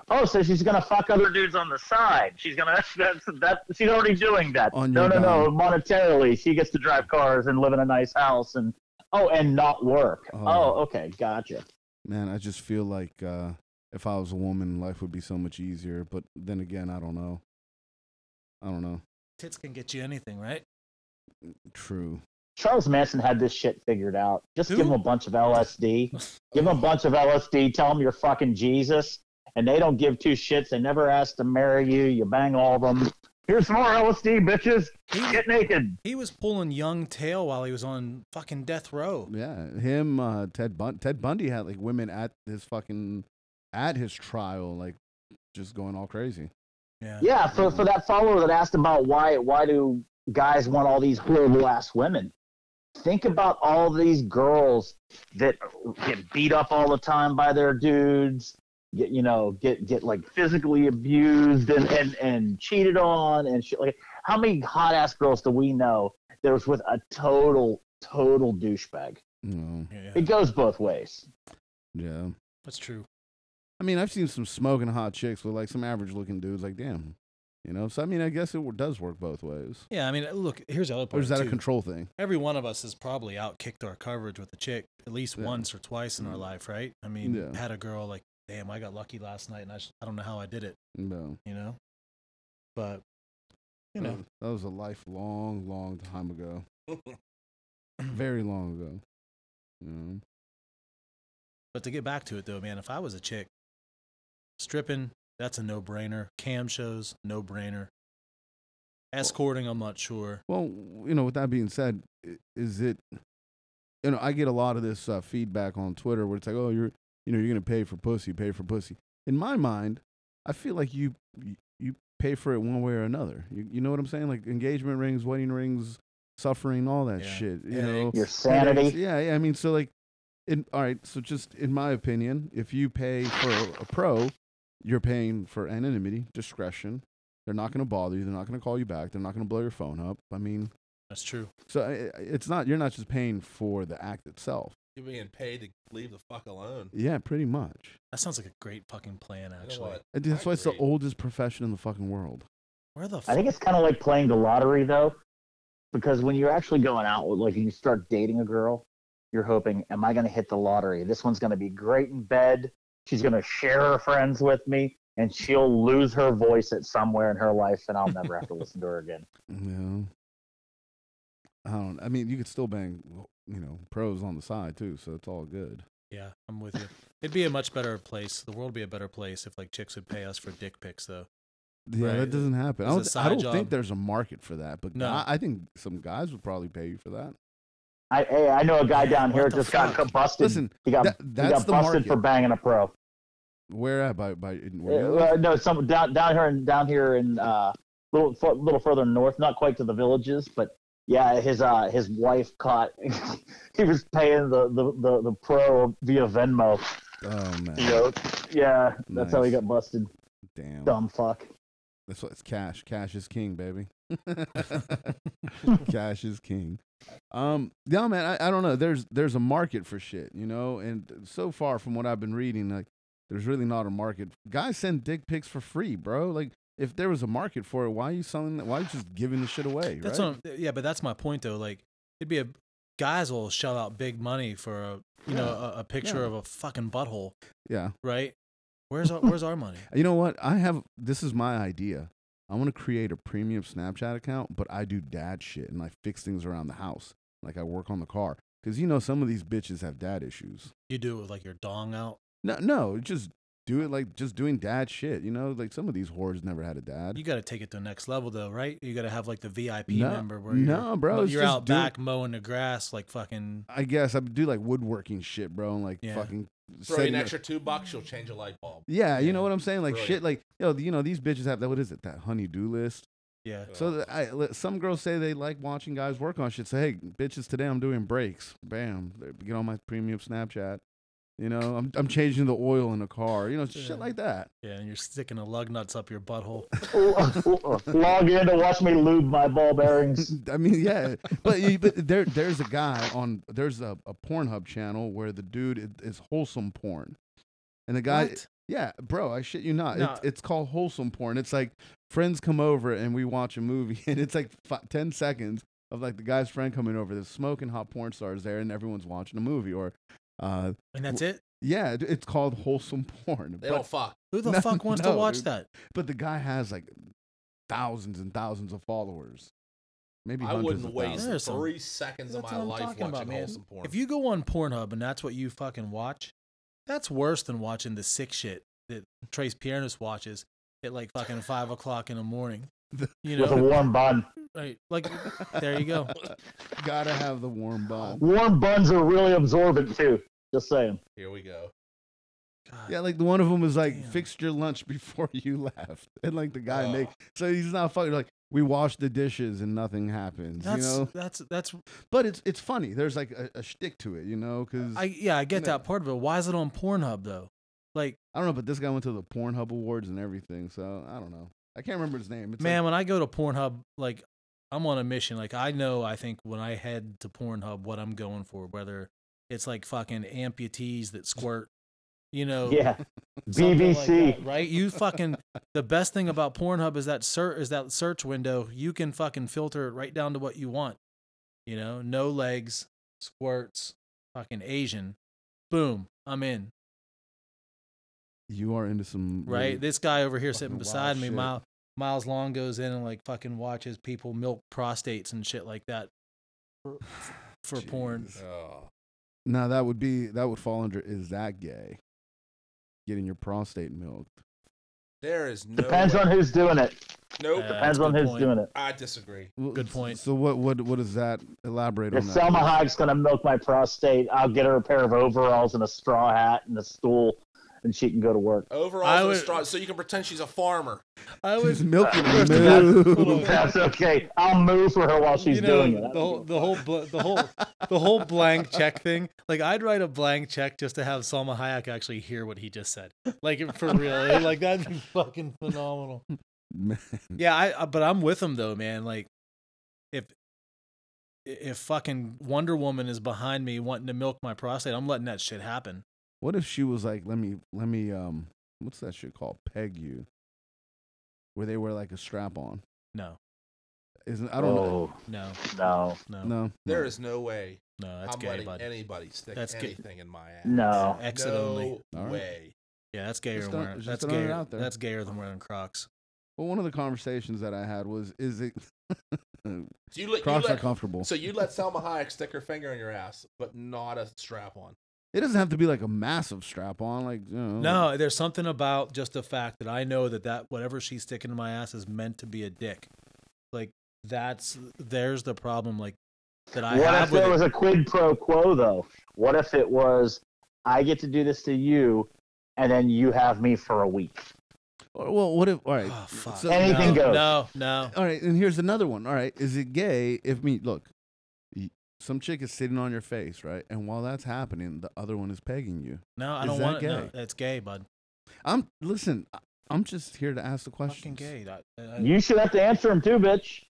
Oh, so she's gonna fuck other dudes on the side. She's gonna that's that she's already doing that.
On
no,
your
no, no. Monetarily, she gets to drive cars and live in a nice house and oh, and not work.
Oh.
oh okay, gotcha.
Man, I just feel like uh, if I was a woman, life would be so much easier. But then again, I don't know. I don't know.
Tits can get you anything, right?
True.
Charles Manson had this shit figured out. Just
Who?
give him a bunch of LSD. give him a bunch of LSD. Tell him you're fucking Jesus. And they don't give two shits. They never ask to marry you. You bang all of them. Here's some more LSD, bitches. Get naked.
He was pulling young tail while he was on fucking death row.
Yeah, him, uh, Ted Bun- Ted Bundy had like women at his fucking at his trial, like just going all crazy.
Yeah.
Yeah, for, for that follower that asked about why why do guys want all these horrible ass women? Think about all these girls that get beat up all the time by their dudes. Get, you know, get get like physically abused and and and cheated on and shit. Like, how many hot ass girls do we know that was with a total total douchebag?
You know,
Yeah, yeah.
It goes both ways.
yeah.
That's true.
I mean, I've seen some smoking hot chicks with like some average looking dudes. Like, damn, you know. So I mean, I guess it w- does work both ways.
Yeah, I mean, uh, look, here's the other part.
Or is that a
too.
control thing?
Every one of us has probably outkicked our coverage with a chick at least
Yeah.
once or twice in our
Mhm.
life, right? I mean,
Yeah.
had a girl like, damn, I got lucky last night, and I, sh- I don't know how I did it,
No.
you know. But you know,
that was a lifelong, long time ago. Very long ago. You know?
but to get back to it though, man, if I was a chick, stripping, that's a no-brainer. Cam shows, no-brainer. Escorting, I'm not sure.
Well, you know, with that being said, i- is it? You know, I get a lot of this uh, feedback on Twitter where it's like, "Oh, you're, you know, you're gonna pay for pussy, pay for pussy." In my mind, I feel like you, you- you pay for it one way or another. You, you know what I'm saying? Like engagement rings, wedding rings, suffering, all that
Yeah.
shit. You know,
Headaches.
Your
Headaches.
sanity.
Yeah, yeah. I mean, so like, in all right. So just in my opinion, if you pay for a pro, you're paying for anonymity, discretion. They're not going to bother you. They're not going to call you back. They're not going to blow your phone up. I mean,
That's true.
so I- I- it's not. You're not just paying for the act itself.
You're being paid to leave the fuck alone.
Yeah, pretty much.
That sounds like a great fucking plan,
You know
actually.
what?
And that's
I
why it's the
agree.
oldest profession in the fucking world.
Where the
I
fuck?
think it's kind of like playing the lottery though, because when you're actually going out, like when you start dating a girl, you're hoping, am I going to hit the lottery? This one's going to be great in bed. She's going to share her friends with me, and she'll lose her voice at somewhere in her life, and I'll never have to listen to her again.
Yeah. I don't. I mean, you could still bang, you know, pros on the side too. So it's all good.
Yeah, I'm with you. It'd be a much better place. The world would be a better place if like chicks would pay us for dick pics, though.
Yeah,
Right.
that doesn't happen. I
It's
don't,
a
I
side
don't
job.
think there's a market for that, but
No.
I, I think some guys would probably pay you for that.
I, hey, I know a guy
Man,
down here
what the
just
fuck?
got busted.
Listen,
he got,
that-
he
that's
got
the
busted
market.
for banging a pro.
Where at? By by in, where you live?
Uh, no, some down down here and down here in uh, little fu- little further north, not quite to the villages, but yeah, his uh his wife caught. he was paying the, the, the, the pro via Venmo.
Oh man,
You know, yeah, that's how he
Nice.
got busted.
Oh.
damn.
Dumb fuck.
That's what it's cash. Cash is king, baby. cash is king. Um, yeah, man. I, I don't know. There's there's a market for shit, you know. And so far from what I've been reading, like there's really not a market. Guys send dick pics for free, bro. Like if there was a market for it, why are you selling? Why are you just giving the shit away?
That's
right?
what I'm, yeah, but that's my point though. Like, it'd be a guys will shell out big money for a you know a, a picture
Yeah.
of a fucking butthole,
yeah.
right? Where's our where's our money?
You know what? I have this is my idea. I want to create a premium Snapchat account, but I do dad shit and I fix things around the house. Like I work on the car because you know some of these bitches have dad issues.
You do it with like your dong out.
No, no, just do it like just doing dad shit. You know, like some of these whores never had a dad.
You got to take it to the next level though, right? You got to have like the VIP
No,
member where
no,
you're,
bro, it's
you're
just
out
do it.
back mowing the grass like fucking.
I guess I would do like woodworking shit, bro, and like
Yeah.
fucking
Throw you
setting
an
up-
extra two bucks, you'll change a light bulb.
Yeah, you
Yeah.
know what I'm saying? Like
Brilliant.
shit, like yo, you know these bitches have that. What is it? That honey-do list.
Yeah,
So that I, li- some girls say they like watching guys work on shit. Say, hey, bitches, today I'm doing breaks. Bam, They get on my premium Snapchat. You know, I'm I'm changing the oil in the car. You know,
Yeah.
shit like that.
yeah, and you're sticking a lug nuts up your butthole.
Log in to watch me lube my ball bearings.
I mean, yeah, but you- but there there's a guy on there's a, a Pornhub channel where the dude i- is wholesome porn, and the guy.
What?
Yeah, bro, I shit you not.
No.
It's, it's called wholesome porn. It's like friends come over and we watch a movie, and it's like fi- 10 seconds of like the guy's friend coming over. There's smoking hot porn stars there, and everyone's watching a movie. Or, uh,
and that's it.
yeah, it- it's called wholesome porn.
They don't
But,
fuck.
Who the
No,
fuck wants to
no,
watch
dude.
that?
but the guy has like thousands and thousands of followers. Maybe
I
hundreds
wouldn't
of
waste
thousands.
There's some-
three seconds of
That's
my
what I'm
life
talking
watching
about, man.
wholesome porn.
If you go on Pornhub and that's what you fucking watch, that's worse than watching the sick shit that Trace Piernis watches at like fucking five o'clock in the morning. You
With a
know,
warm bun.
right? Like, there you go.
Gotta have the warm bun.
Warm buns are really absorbent too. Just saying.
Here we go.
God.
Yeah, like the one of them was like,
Damn.
"Fixed your lunch before you left," and like the guy
Oh.
make so he's not fucking like we washed the dishes and nothing happens,
That's
you know.
that's that's
But it's it's funny. There's like a, a shtick to it, you know, because
I
I,
yeah I get
No.
that part of it. Why is it on Pornhub though? Like
don't know. But this guy went to the Pornhub Awards and everything, so I don't know. I can't remember his name. It's
man, when I go to Pornhub, like I'm on a mission. Like I know, I think when I head to Pornhub, what I'm going for, whether it's like fucking amputees that squirt you know,
Yeah.
Oh. something like
BBC.
that, right? You fucking the best thing about Pornhub is that search is that search window. You can fucking filter it right down to what you want. You know, no legs, squirts, fucking Asian. Boom, I'm in.
You are into some
Right,
really-
this guy over here
fucking
sitting
wild
beside me,
shit.
Miles, Miles Long goes in and like fucking watches people milk prostates and shit like that for, for porn.
Jeez.
Oh,
Now that would be that would fall under is that gay? Getting your prostate milked.
there is no.
Depends
way-
on who's doing it.
Nope.
Yeah. That's
Depends
a
on
good
who's
point.
doing it.
I disagree.
Well,
Good
s-
point.
So what what what does that elaborate
If
on? that?
Selma Hayek's gonna milk my prostate, I'll get her a pair of overalls and a straw hat and a stool, and she can go to work.
I
Overall,
would-
so you can pretend she's a farmer.
I
She's
was
milking
Uh,
it.
first of all,
Move.
hold on.
That's okay. I'll move for her while she's
Oh. you know,
doing it.
The whole, the whole, bl- the whole, the whole blank check thing. Like, I'd write a blank check just to have Salma Hayek actually hear what he just said. Like, for real. like, that'd be fucking phenomenal.
Man,
Yeah, I. I- But I'm with him though, man. Like, if if fucking Wonder Woman is behind me wanting to milk my prostate, I'm letting that shit happen.
What if she was like, let me let me um what's that shit called? Peg you. Where they wear like a strap on.
No,
Isn't I
Oh,
don't know.
no,
No,
no, no.
No.
There is no way
that's
I'm
gay,
letting
bud.
anybody stick
That's gay.
anything in my ass.
no.
Exit
no
only.
All right.
way.
Yeah, that's gayer
Just
than
don't-
wearing.
just
That's
throwing it
gayer.
out there.
That's gayer than wearing Crocs.
Well, one of the conversations that I had was is it
So you let, you
Crocs are
let
comfortable.
so you let Selma Hayek stick her finger in your ass, but not a strap on.
it doesn't have to be like a massive strap on, like you know.
No, there's something about just the fact that I know that that whatever she's sticking in my ass is meant to be a dick. Like that's there's the problem. Like that I
what
have
if there
with
was a quid pro quo though? What if it was I get to do this to you, and then you have me for a week?
Or- Well, what if all
it.
right?
Oh, fuck.
so-
no,
Anything goes.
No, no.
All right, and here's another one. All right, is it gay if me look, y- some chick is sitting on your face, right? And while that's happening, the other one is pegging you.
No, I
Is
don't
that
want it. No,
gay?
that's gay, bud.
I'm listen. I- I'm just here to ask the
Fucking
question.
gay. That- I-
You should have to answer him too, bitch.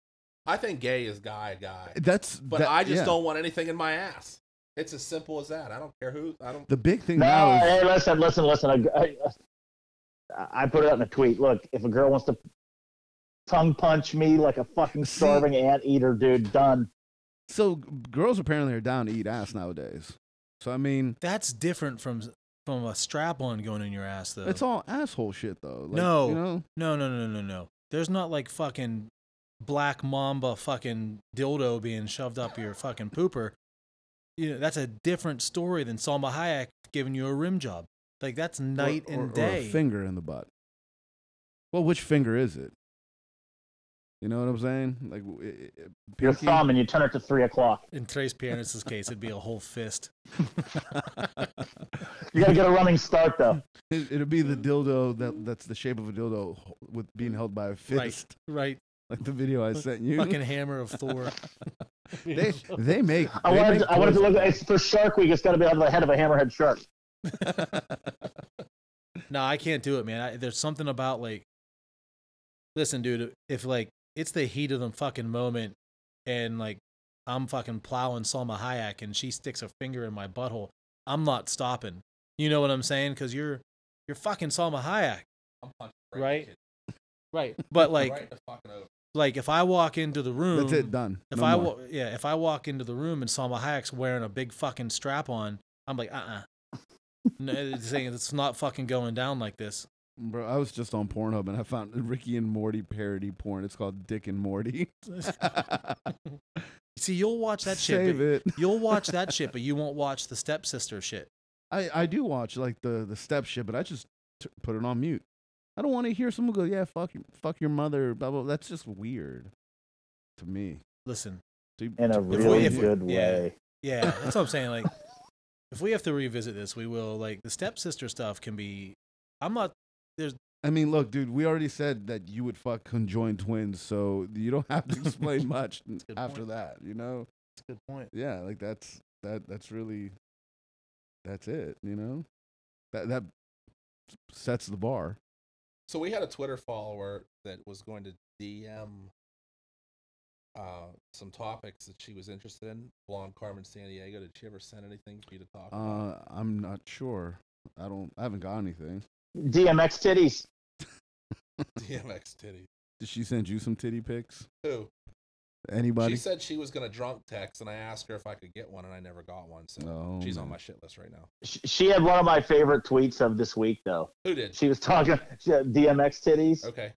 I think gay is guy guy,
That's
but
that-
I just
yeah.
don't want anything in my ass. It's as simple as that. I don't care who. I don't.
The big thing now
No,
is
hey, listen, listen, listen. I, I, I put it out in a tweet. Look, if a girl wants to tongue punch me like a fucking
See-
starving anteater, dude, done.
so g- girls apparently are down to eat ass nowadays. So I mean,
That's different from from a strap on going in your ass though.
it's all asshole shit though. Like,
No.
you know,
No, no, no, no, no. There's not like fucking black mamba fucking dildo being shoved up your fucking pooper. You know, that's a different story than Salma Hayek giving you a rim job. Like that's night
or,
and
or- Or a
day.
finger in the butt. Well, which finger is it? You know what I'm saying? Like w- i- i-
Your
pinky?
thumb, and you turn it to three o'clock.
In Trace Pierce's case, it'd be a whole fist.
You gotta get a running start though.
It, it'd be the dildo that that's the shape of a dildo h- with being held by a fist,
right?
like the video I sent you.
Fucking hammer of Thor.
they they make.
I
they
wanted,
make
to, I wanted to
toys
look.
like
It's for Shark Week. It's gotta be on the head of a hammerhead shark.
no, I can't do it, man. I, there's something about like, listen, dude. If like it's the heat of the fucking moment, and like I'm fucking plowing Salma Hayek, and she sticks a finger in my butthole, I'm not stopping. You know what I'm saying? Because you're you're fucking Salma Hayek,
I'm punching
Right?
in the
right? But
kid.
like
right the fucking over.
like if I walk into the
that.
room,
That's it. Done.
Hmm. If
No
I
more.
wa- yeah, if I walk into the room and Salma Hayek's wearing a big fucking strap on, I'm like, uh uh no, it's saying it's not fucking going down like this.
Bro, I was just on Pornhub and I found a Ricky and Morty parody porn. It's called Dick and Morty.
See, you'll watch that shit.
Save
But,
it.
you'll watch that shit, but you won't watch the stepsister shit.
I, I do watch like the the step shit, but I just t- put it on mute. I don't want to hear someone go, "Yeah, fuck your fuck your mother." Blah blah. That's just weird to me.
Listen,
To-
In a
to-
we-
really
if we-
good
yeah.
way.
yeah, that's what I'm saying. Like, if we have to revisit this, we will. Like, the stepsister stuff can be. I'm not.
I mean, look, dude, we already said that you would fuck conjoined twins, so you don't have to explain much
good
after
point.
that, you know?
That's a good point.
Yeah, like that's that that's really that's it, you know? That that sets the bar.
So we had a Twitter follower that was going to DM uh, some topics that she was
Uh,
interested in. Blonde Carmen San Diego. Did she ever send anything for you to talk about?
Uh I'm not sure. I don't. I haven't got anything.
DMX titties.
DMX titty.
Did she send you some titty pics?
Who? She
Anybody?
said she was gonna drunk text, and I asked her if I could get one, and I never got one. So
Oh,
No.
she's on
Oh, man.
my shit list right now.
Sh- She had one of my favorite tweets of this week, though.
Who did?
She was talking she had DMX titties
Okay.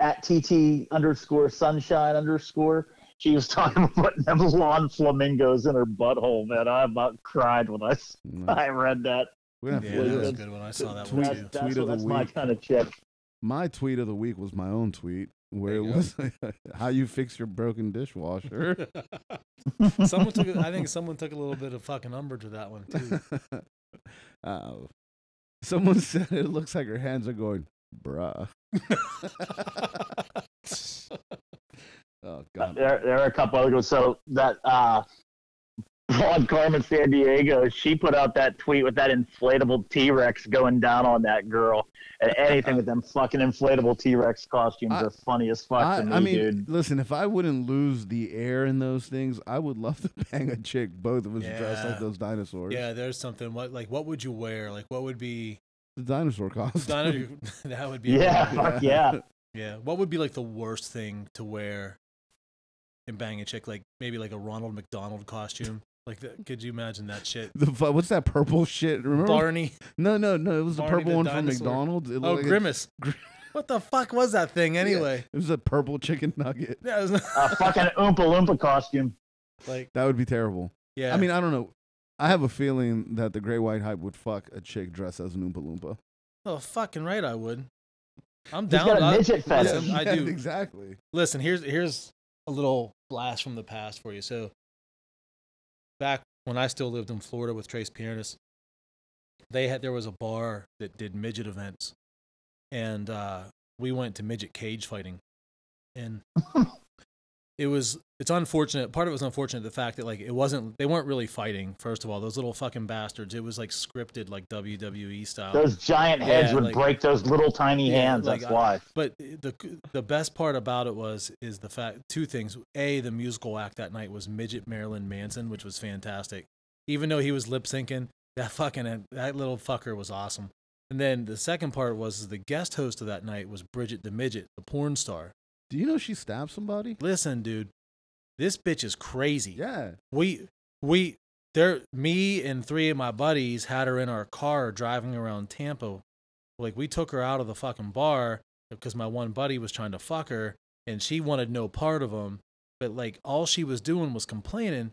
at TT underscore sunshine underscore. She was talking about putting them lawn flamingos in her butthole, man. I about cried when I, s-
No.
I read that.
We're gonna have
Yeah,
to
that
look
was a
at-
good one. I saw that
Tweet-
one
That's,
too.
that's,
tweet of the
that's my
week.
kind of chick.
My tweet of the week was my own tweet, where
There
it
you go.
was how you fix your broken dishwasher.
someone took. a- I think someone took a little bit of fucking umbrage with that one too.
uh, someone said it looks like her hands are going, bruh. oh
Uh,
god.
There, there are a couple other ones. So that uh, Vaughn Carmen San Diego, she put out that tweet with that inflatable T Rex going down on that girl, and anything with them fucking inflatable T Rex costumes
I-
are funny as fuck
I,
to me,
I mean,
dude.
listen, if I wouldn't lose the air in those things, I would love to bang a chick, both of us dressed
Yeah.
like those dinosaurs.
yeah, there's something. What like what would you wear? Like what would be
The dinosaur costume.
Dino, that would be
Yeah,
Yeah.
fuck yeah.
yeah. What would be like the worst thing to wear and bang a chick? Like maybe like a Ronald McDonald costume. Like that, could you imagine that shit?
The fu- what's that purple shit? Remember?
Barney.
no, no, no. It was the
Barney
purple
the
one from
dinosaur.
McDonald's. It
Oh,
looked like a-
grimace. What the fuck was that thing anyway?
it was a purple chicken nugget.
Yeah, it was not,
Ah.
A fucking Oompa Loompa costume.
like
That would be terrible.
yeah.
I mean, I don't know. I have a feeling that the Great White Hype would fuck a chick dressed as an Oompa Loompa.
oh fucking right, I would. I'm
He's
down.
got a
I-
midget fetish.
Listen, I do.
Exactly.
listen here's here's a little blast from the past for you so back when i still lived in florida with trace pianist they had there was a bar that did midget events and uh we went to midget cage fighting and it was it's unfortunate part of it was unfortunate the fact that like it wasn't they weren't really fighting first of all those little fucking bastards it was like scripted like wwe style
Those giant heads
Yeah,
would
like-
break those little tiny
Yeah,
hands.
like,
That's
I-
why.
But the the best part about it was is the fact two things. A, the musical act that night was midget Marilyn Manson, which was fantastic. Even though he was lip syncing, that fucking that little fucker was awesome. And then the second part was the guest host of that night was Bridget the Midget, the porn star.
Do you know she stabbed somebody?
Listen, dude, this bitch is crazy.
Yeah.
We we there me and three of my buddies had her in our car driving around Tampa. Like we took her out of the fucking bar because my one buddy was trying to fuck her and she wanted no part of him. But like all she was doing was complaining.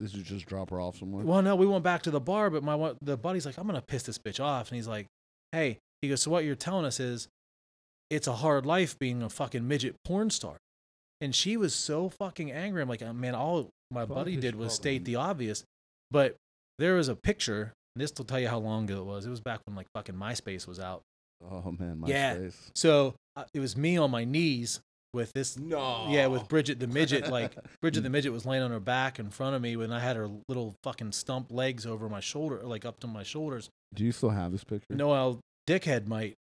This is just drop her off somewhere.
Well, no, we went back to the bar, but my one- the buddy's like, I'm gonna piss this bitch off, and he's like, Hey, he goes, so what you're telling us is, it's a hard life being a fucking midget porn star, and she was so fucking angry. I'm like, "Uh, man, all my
Fuck
buddy
is
did was
wrong."
state the obvious, but there was a picture. And this will tell you how long ago it was. It was back when like fucking MySpace was out.
Oh man, my
Yeah.
face.
So uh, it was me on my knees with this
No.
yeah, with Bridget the midget, like Bridget the midget was laying on her back in front of me when I had her little fucking stump legs over my shoulder, like up to my shoulders.
Do you still have this picture?
Noel dickhead might.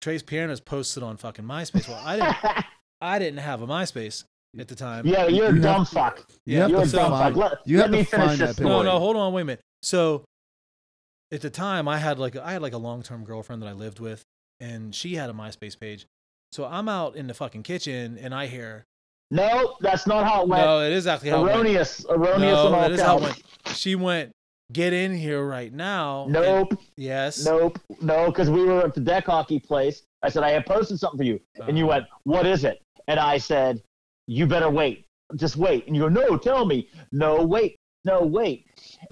Trace Piernas posted on fucking MySpace. Well, I didn't, I didn't have a MySpace at the time.
yeah, you're
You
a
have
dumb
to-
fuck.
You
Yeah,
have
You're a
to
dumb fuck.
find.
Let,
you
let
have
me
to
finish
find
this
that picture.
No,
story.
no, hold on, wait a minute. So at the time I had like I had like a long term girlfriend that I lived with and she had a MySpace page. So I'm out in the fucking kitchen and I hear
No, that's not how it went.
No, it is actually how it went.
erroneous, erroneous
No,
on all
that is how it
counts.
she went get in here right now and-
Nope,
yes
nope, no, because we were at the deck hockey place. I said I have posted something for you, and you
Uh,
went, "What is it?" And I said, "You better wait, just wait." And you go, "No, tell me." No, wait, no, wait.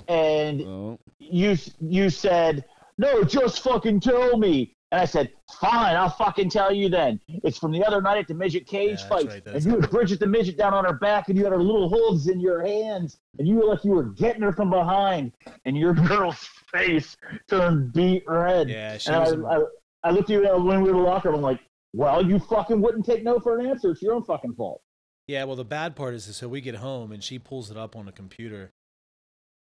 And
Oh,
you you said, "No, just fucking tell me." And I said, "Fine, I'll fucking tell you then." It's from the other night at the midget
Yeah,
cage
that's
fight,
right,
and
that's
you had Bridget the midget down on her back, and you had her little hooves in your hands, and you were like you were getting her from behind, and your girl's face turned beet red.
yeah she
and
was
I, I, I looked at you uh, when we were in the locker room, like, "Well, you fucking wouldn't take no for an answer. It's your own fucking fault."
yeah well the bad part is is so we get home and she pulls it up on the computer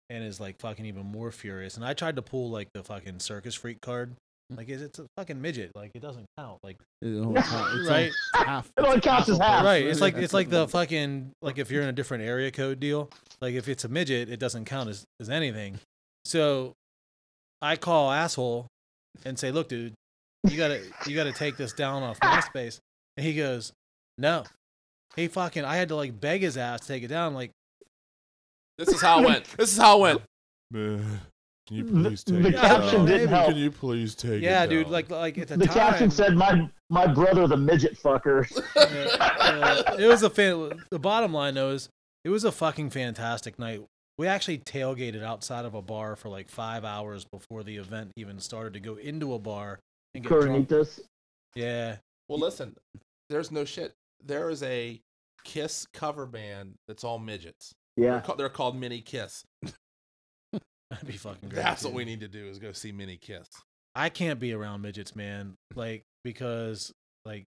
and is like fucking even more furious and i tried to pull like the fucking circus freak card like it's, it's a fucking midget like it doesn't count like
it only count- it's
Right.
only half.
It only counts as half.
right it's like it's like the fucking like if you're in a different area code deal like if it's a midget it doesn't count as, as anything so I call asshole and say, "Look, dude, you gotta you gotta take this down off MySpace," and he goes, "No." He fucking I had to like beg his ass to take it down. Like
This is how it went. This is how it went.
Man, can you
The-
please take
the
it
caption
down?
didn't help.
Can you please take it
yeah, dude.
down?
Like like at the,
The
time,
caption said, "My my brother, the midget fucker."
uh, uh, it was a fan. The bottom line though is it was a fucking fantastic night. We actually tailgated outside of a bar for like five hours before the event even started to go into a bar and get drunk.
Coronitas.
Yeah,
Well, listen, there's no shit. There is a Kiss cover band that's all midgets. They're,
Yeah.
ca- they're called Mini Kiss.
that'd be fucking great.
That's what
dude.
we need to do is go see Mini Kiss.
I can't be around midgets, man. Like because like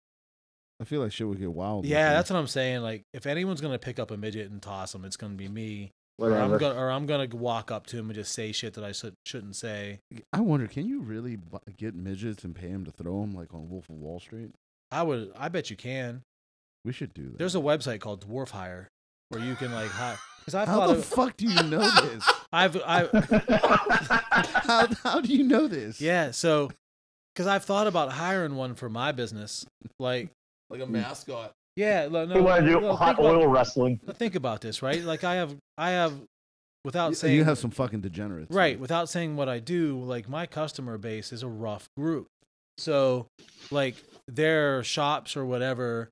I feel like shit would get wild. with
yeah,
them.
that's what I'm saying. Like if anyone's gonna pick up a midget and toss him, it's gonna be me. Or I'm
Whatever.
gonna or I'm gonna walk up to him and just say shit that I should, shouldn't say.
I wonder, can you really bu- get midgets and pay them to throw them like on Wolf of Wall Street?
I would. I bet you can.
We should do that.
There's a website called Dwarf Hire where you can like hire. Because I've
how
thought
the
of,
fuck do you know this?
I've I
how how do you know this?
yeah. So because I've thought about hiring one for my business. Like
Like a
Hmm.
mascot.
yeah, no,
We
no,
want to do
no,
hot
think about-
oil wrestling.
But think about this, right? Like I have, I have, without
You-
saying,
you have some fucking degenerates.
right, without saying what I do, like my customer base is a rough group. So, like their shops or whatever,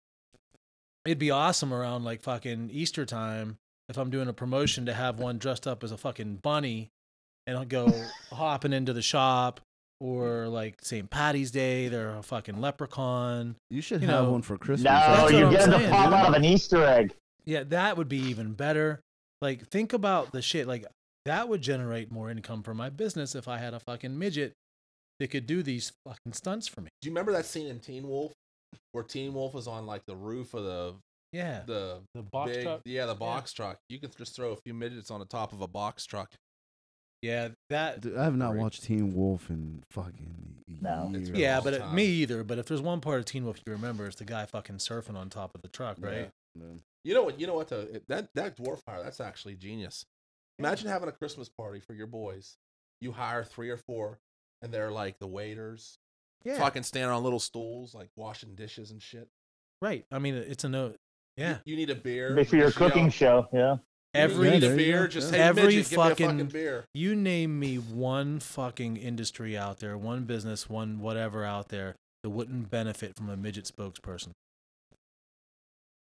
it'd be awesome around like fucking Easter time if I'm doing a promotion to have one dressed up as a fucking bunny and I'll go hopping into the shop. Or like St. Patty's Day, they're a fucking leprechaun.
You should
you
have
know-
one for Christmas.
No,
what
you
I'm
get them to
saying,
pop
dude.
out of an Easter egg.
Yeah, that would be even better. Like, think about the shit. Like, that would generate more income for my business if I had a fucking midget that could do these fucking stunts for me.
Do you remember that scene in Teen Wolf where Teen Wolf is on like the roof of the
Yeah.
the
The box
big
truck.
yeah the box truck? You can just throw a few midgets on the top of a box truck.
Yeah, that.
Dude, I have not
Great.
watched Teen Wolf in fucking
No.
years.
It's been a
Yeah,
long
but it,
time.
me either. But if there's one part of Teen Wolf you remember, it's the guy fucking surfing on top of the truck,
Yeah.
right?
No.
You know what? You know what? Though It- that that dwarf hire that's actually genius. Imagine having a Christmas party for your boys. You hire three or four, and they're like the waiters,
Yeah.
fucking standing on little stools, like washing dishes and shit.
Right. I mean, it's a no.
You-
Yeah.
You, need a beer
Be for your
just yell-
cooking show. Yeah.
Every
You need
Yeah,
a
there you
beer.
go.
Just
Yeah.
hey,
Every
midget, give me a
fucking-
fucking beer.
You name me one fucking industry out there, one business, one whatever out there that wouldn't benefit from a midget spokesperson.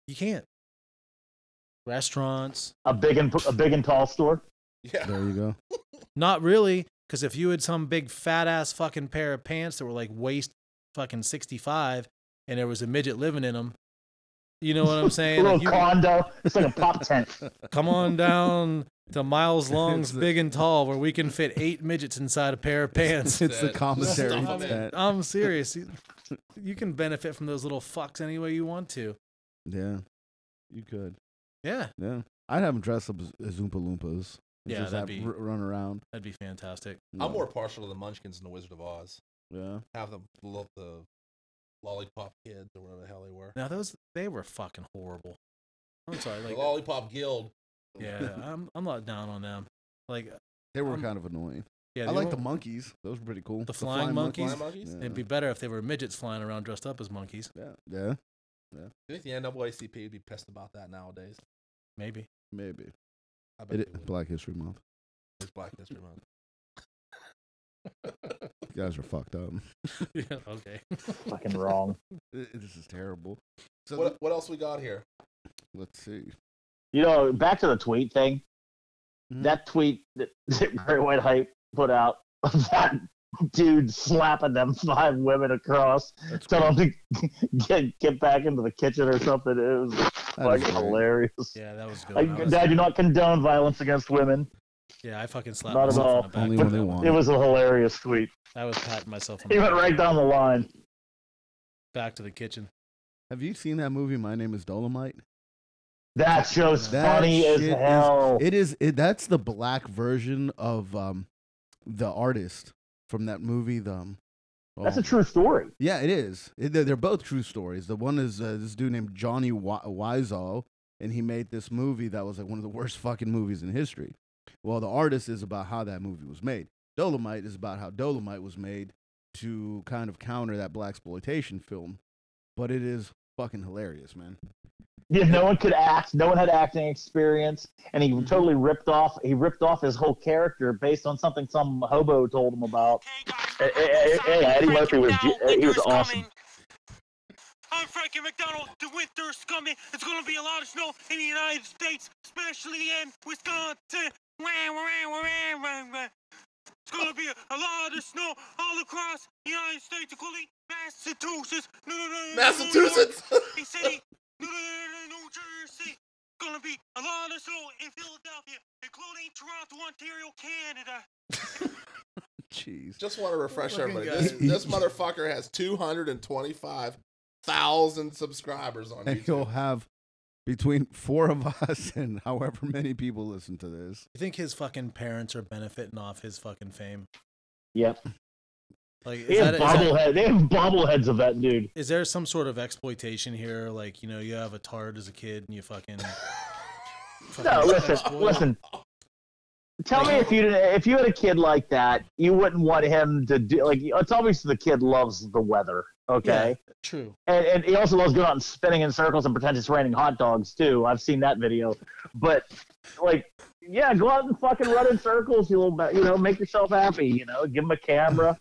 You can't. Restaurants,
A big and a big and tall store.
Yeah.
There you go.
not really, because if you had some big fat ass fucking pair of pants that were like waist fucking 65 and there was a midget living in them, you know what I'm
A
saying?
little
Like you-
condo. It's like a pop tent.
come on down to Miles Long's
It's the-
Big and Tall where we can fit eight midgets inside a pair of pants.
It's the
Sad.
commissary
Stop it.
tent.
I'm serious. You- You can benefit from those little fucks any way you want to.
Yeah, you could.
Yeah,
Yeah, I'd have them dress up as, as Oompa Loompas. and
Yeah,
just
that'd
have
be-
r- run around.
that'd be fantastic.
Yeah.
I'm more partial to the Munchkins and the Wizard of Oz.
Yeah,
Have them love the lollipop kids or whatever the hell they were.
Now those they were fucking horrible. I'm sorry.
the
Like,
lollipop guild.
yeah, I'm I'm not down on them. Like,
they were
I'm-
kind of annoying.
yeah,
I
they
like the
weren't-
monkeys; those were pretty cool.
The flying monkeys?
Flying monkeys?
Yeah.
It'd be better if they were midgets flying around dressed up as monkeys.
yeah, yeah,
Do you think the NAACP would be pissed about that nowadays?
Maybe.
maybe.
I bet
It,
they would.
Black History Month.
It's Black History Month.
You guys are fucked up.
yeah. Okay.
Fucking wrong.
I- this is terrible. So
What, what else we got here?
th- let's see.
You know, back to the tweet thing.
Mhm.
That tweet that, that Great White Hype put out of that dude slapping them five women across,
That's
telling them to get get back into the kitchen or something. It was
That is
fucking
great.
hilarious.
Yeah, that was a good.
Like,
one. That was-
I do not condone violence against women.
yeah, I fucking slapped
Not at
myself on
all.
the back.
Only
for
when they
that.
want.
It was a hilarious tweet.
I was patting myself on
He
the
went right down the line.
back to the kitchen.
Have you seen that movie? My name is Dolomite.
That show's
That
funny as
shit is-
hell.
It is. It, that's the black version of um, the artist from that movie. The um,
That's a
oh,
true story.
Yeah, it is. It, they're, they're both true stories. The one is uh, this dude named Johnny Wi- Wiseau, and he made this movie that was like one of the worst fucking movies in history. Well, the artist is about how that movie was made. Dolomite is about how Dolomite was made to kind of counter that black exploitation film, but it is fucking hilarious, man.
Yeah, no one could act. No one had acting experience, and he
Mm-hmm.
totally ripped off. He ripped off his whole character based on something some hobo told him about.
Hey,
Hey, hey, hey, hey, Eddie Murphy was ju- he was awesome.
I'm Frankie McDonald. The winter's coming. It's gonna be a lot of snow in the United States, especially in Wisconsin. Wah, wah, wah, wah, wah, wah. It's gonna be a, a lot of snow all across the United States, including Massachusetts. No, no, no, no, no,
Massachusetts.
New City, New, New Jersey. It's gonna be a lot of snow in Philadelphia, including Toronto, Ontario, Canada.
Jeez.
Just want to refresh
Fucking
everybody.
guys.
This, this motherfucker has two hundred and twenty-five thousand subscribers on
And you'll
YouTube.
have between four of us and however many people listen to this.
You think his fucking parents are benefiting off his fucking fame?
Yep,
Like, is
they
that,
have
is, that,
bobblehead. They have bobbleheads of that dude.
is there some sort of exploitation here? Like, you know, you have a tard as a kid and you fucking. fucking
No, listen,
exploit him?
listen. Tell me if you didn't, if you had a kid like that, you wouldn't want him to do like. It's obvious the kid loves the weather, okay,
Yeah, true.
and, and he also loves going out and spinning in circles and pretend it's raining hot dogs too. I've seen that video, but like, yeah, go out and fucking run in circles, you little, ba- you know, make yourself happy, you know, give him a camera.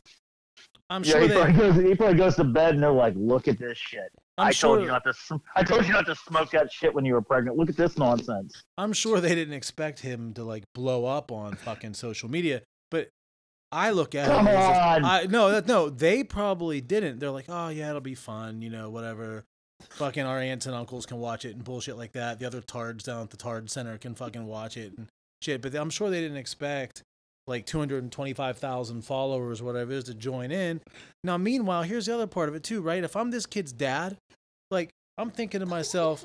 I'm
yeah,
sure
he,
they.
probably goes, he probably goes to bed and they're like, look at this shit.
I'm
I
sure.
told you not to. Sm- I told you not to smoke that shit when you were pregnant. Look at this nonsense.
I'm sure they didn't expect him to like blow up on fucking social media, but I look at
Come
it. as if-
on.
I, no, that, no, they probably didn't. They're like, oh yeah, it'll be fun, you know, whatever. Fucking our aunts and uncles can watch it and bullshit like that. The other tards down at the tard center can fucking watch it and shit. But I'm sure they didn't expect like 225,000 followers, whatever it is, to join in. Now, meanwhile, here's the other part of it too, right? If I'm this kid's dad, like I'm thinking to myself,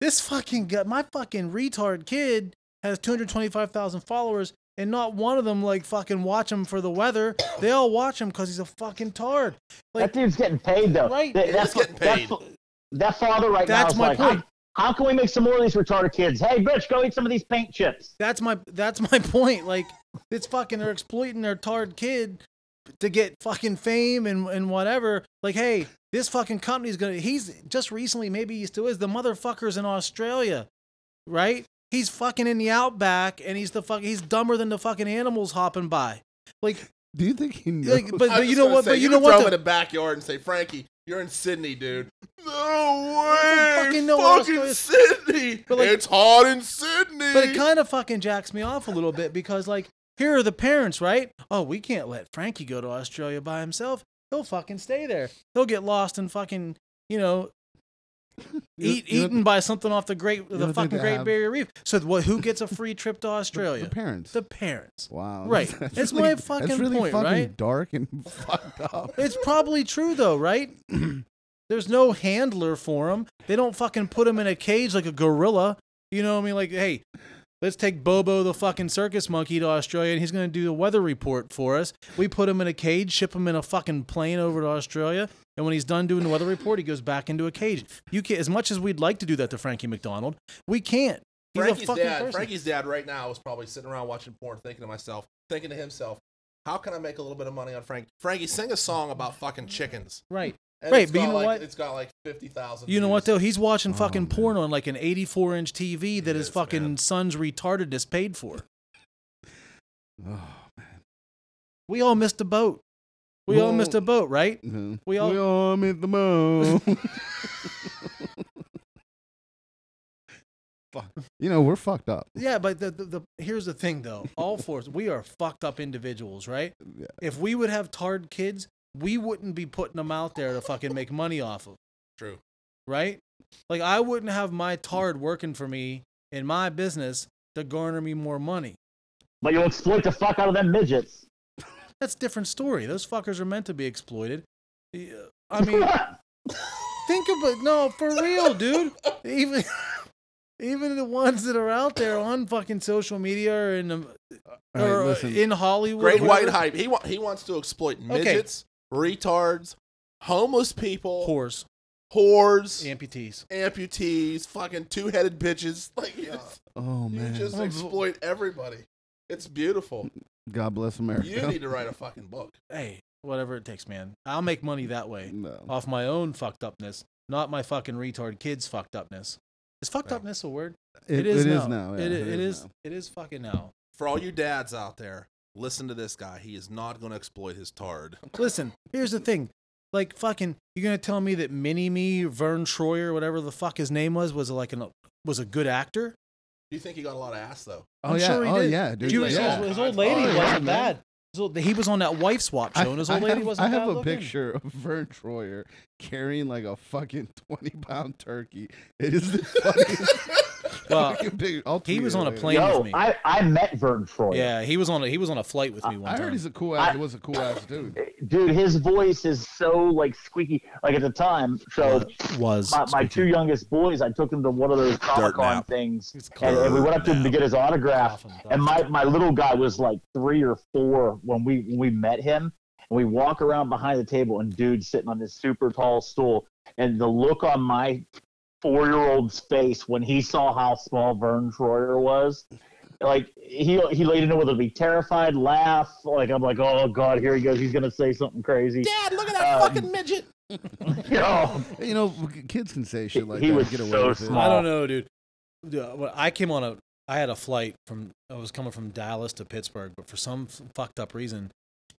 this fucking guy, my fucking retard kid has 225,000 followers and not one of them like fucking watch him for the weather. They all watch him because he's a fucking tard. Like-
that dude's getting paid though.
Right.
That,
He
that
is getting
fa- that
paid.
fa- That, father right now
That's
is
my
like,
point.
How, how can we make some more of these retarded kids? Hey, bitch, go eat some of these paint chips.
That's my that's my point. Like it's fucking they're exploiting their tard kid to get fucking fame and and whatever. Like hey, this fucking company's gonna. He's just recently, maybe he still is. The motherfucker's in Australia, right? He's fucking in the outback, and he's the fuck. He's dumber than the fucking animals hopping by. Like,
Do you think he knows?
like, but,
I was
but you
just
know
gonna
what?
say,
but you
can
know
Throw him
what?
in
though?
the backyard and say, Frankie, you're in Sydney, dude. No way,
fucking
fucking,
know where Australia-
Sydney.
But like-
it's hot in Sydney.
But it kind of fucking jacks me off a little bit because like here are the parents, right? Oh, we can't let Frankie go to Australia by himself. He'll fucking stay there. He'll get lost and fucking, you know, eat
you know
eaten by something off the great
don't
the
think
fucking
they
Great
have-
Barrier Reef. So what, who gets a free trip to Australia?
The parents.
The parents.
wow.
Right. That's my fucking
that's really
point,
fucking
right?
dark and fucked up.
It's probably true though, right? There's no handler for him. They don't fucking put him in a cage like a gorilla. You know what I mean? Like, hey, let's take Bobo the fucking circus monkey to Australia and he's going to do the weather report for us. We put him in a cage, ship him in a fucking plane over to Australia, and when he's done doing the weather report, he goes back into a cage. You can not as much as we'd like to do that to Frankie McDonald, we can't. He's
Frankie's
a fucking
dad.
person.
Frankie's dad right now is probably sitting around watching porn, thinking to myself, thinking to himself, how can I make a little bit of money on Frankie? Frankie, sing a song about fucking chickens.
right.
And
Right,
it's
but you
got
know
like,
what?
It's got like fifty thousand.
You know what though? He's watching
Oh,
fucking
man.
porn on like an 84 inch TV that his
Yes,
fucking
man.
son's retardedness paid for.
Oh,
We all missed a boat. We all missed a boat, right?
man.
We all-
we all made the moan. Fuck. You know we're fucked up.
Yeah, but the, the, the here's the thing though. All four of us, we are fucked up individuals, right?
Yeah.
If we would have tarred kids, we wouldn't be putting them out there to fucking make money off of,
True.
right? Like I wouldn't have my tard working for me in my business to garner me more money.
But you'll exploit the fuck out of them midgets.
That's a different story. Those fuckers are meant to be exploited. Yeah, I mean, Think about no, for real, dude. Even even the ones that are out there on fucking social media or in the,
All right,
or uh,
listen.
in Hollywood.
Great
or
white
whatever.
hype. He wa- he wants to exploit
Okay.
midgets, retards, homeless people,
whores,
whores,
amputees.
amputees, fucking two-headed bitches. Like you just-
oh
you
man.
just exploit everybody. It's beautiful.
God bless
You
America.
need to write a fucking book.
Hey, whatever it takes, man. I'll make money that way
No.
off my own fucked upness, not my fucking retard kids' fucked upness. Is fucked
Right.
upness a word?
It- it is now. yeah,
it, it is.
now.
It is fucking now.
For all you dads out there, listen to this guy. He is not going to exploit his tard.
Listen, here's the thing. Like fucking, you're gonna tell me that Mini Me Vern Troyer, whatever the fuck his name was, was like an was a good actor?
Do you think he got a lot of ass though?
Oh
I'm
yeah.
sure he
oh
did.
yeah, dude.
He
Dude,
was-
yeah.
his, his old
Oh,
lady
yeah,
wasn't
man.
bad. His old- he was on that wife swap show, and his
I
old lady
have,
wasn't
I have
bad
a
looking.
picture of Vern Troyer carrying like a fucking twenty pound turkey. It is the funniest.
Well,
fucking picture. I'll
Uh, he
tweet
was
it
on a
later.
plane. Blame
Yo,
me.
I, I met Vern Troyer.
Yeah, he was on a he was on a flight with me one
I
time.
heard he's a cool ass. He was a cool ass dude.
Dude, his voice is so like squeaky. Like at the time, so
was
my, my two youngest boys, I took them to one of those Comic Con
nap.
things,
It's
and, and we went up to him to
nap.
get his autograph.
Cough
And my, my little guy was like three or four when we when we met him. And we walk around behind the table, and dude's sitting on this super tall stool. And the look on my four year old's face when he saw how small Vern Troyer was, like he he laid into whether to be terrified, laugh. Like I'm like, oh god, here he goes. He's gonna say something crazy.
Dad, look at
that Um, fucking
midget.
Yo,
You know, kids can say shit like
He
that.
was
and get away
so
with it.
I
small.
don't know, dude. Dude, when I came on a I had a flight from I was coming from Dallas to Pittsburgh, but for some f- fucked up reason,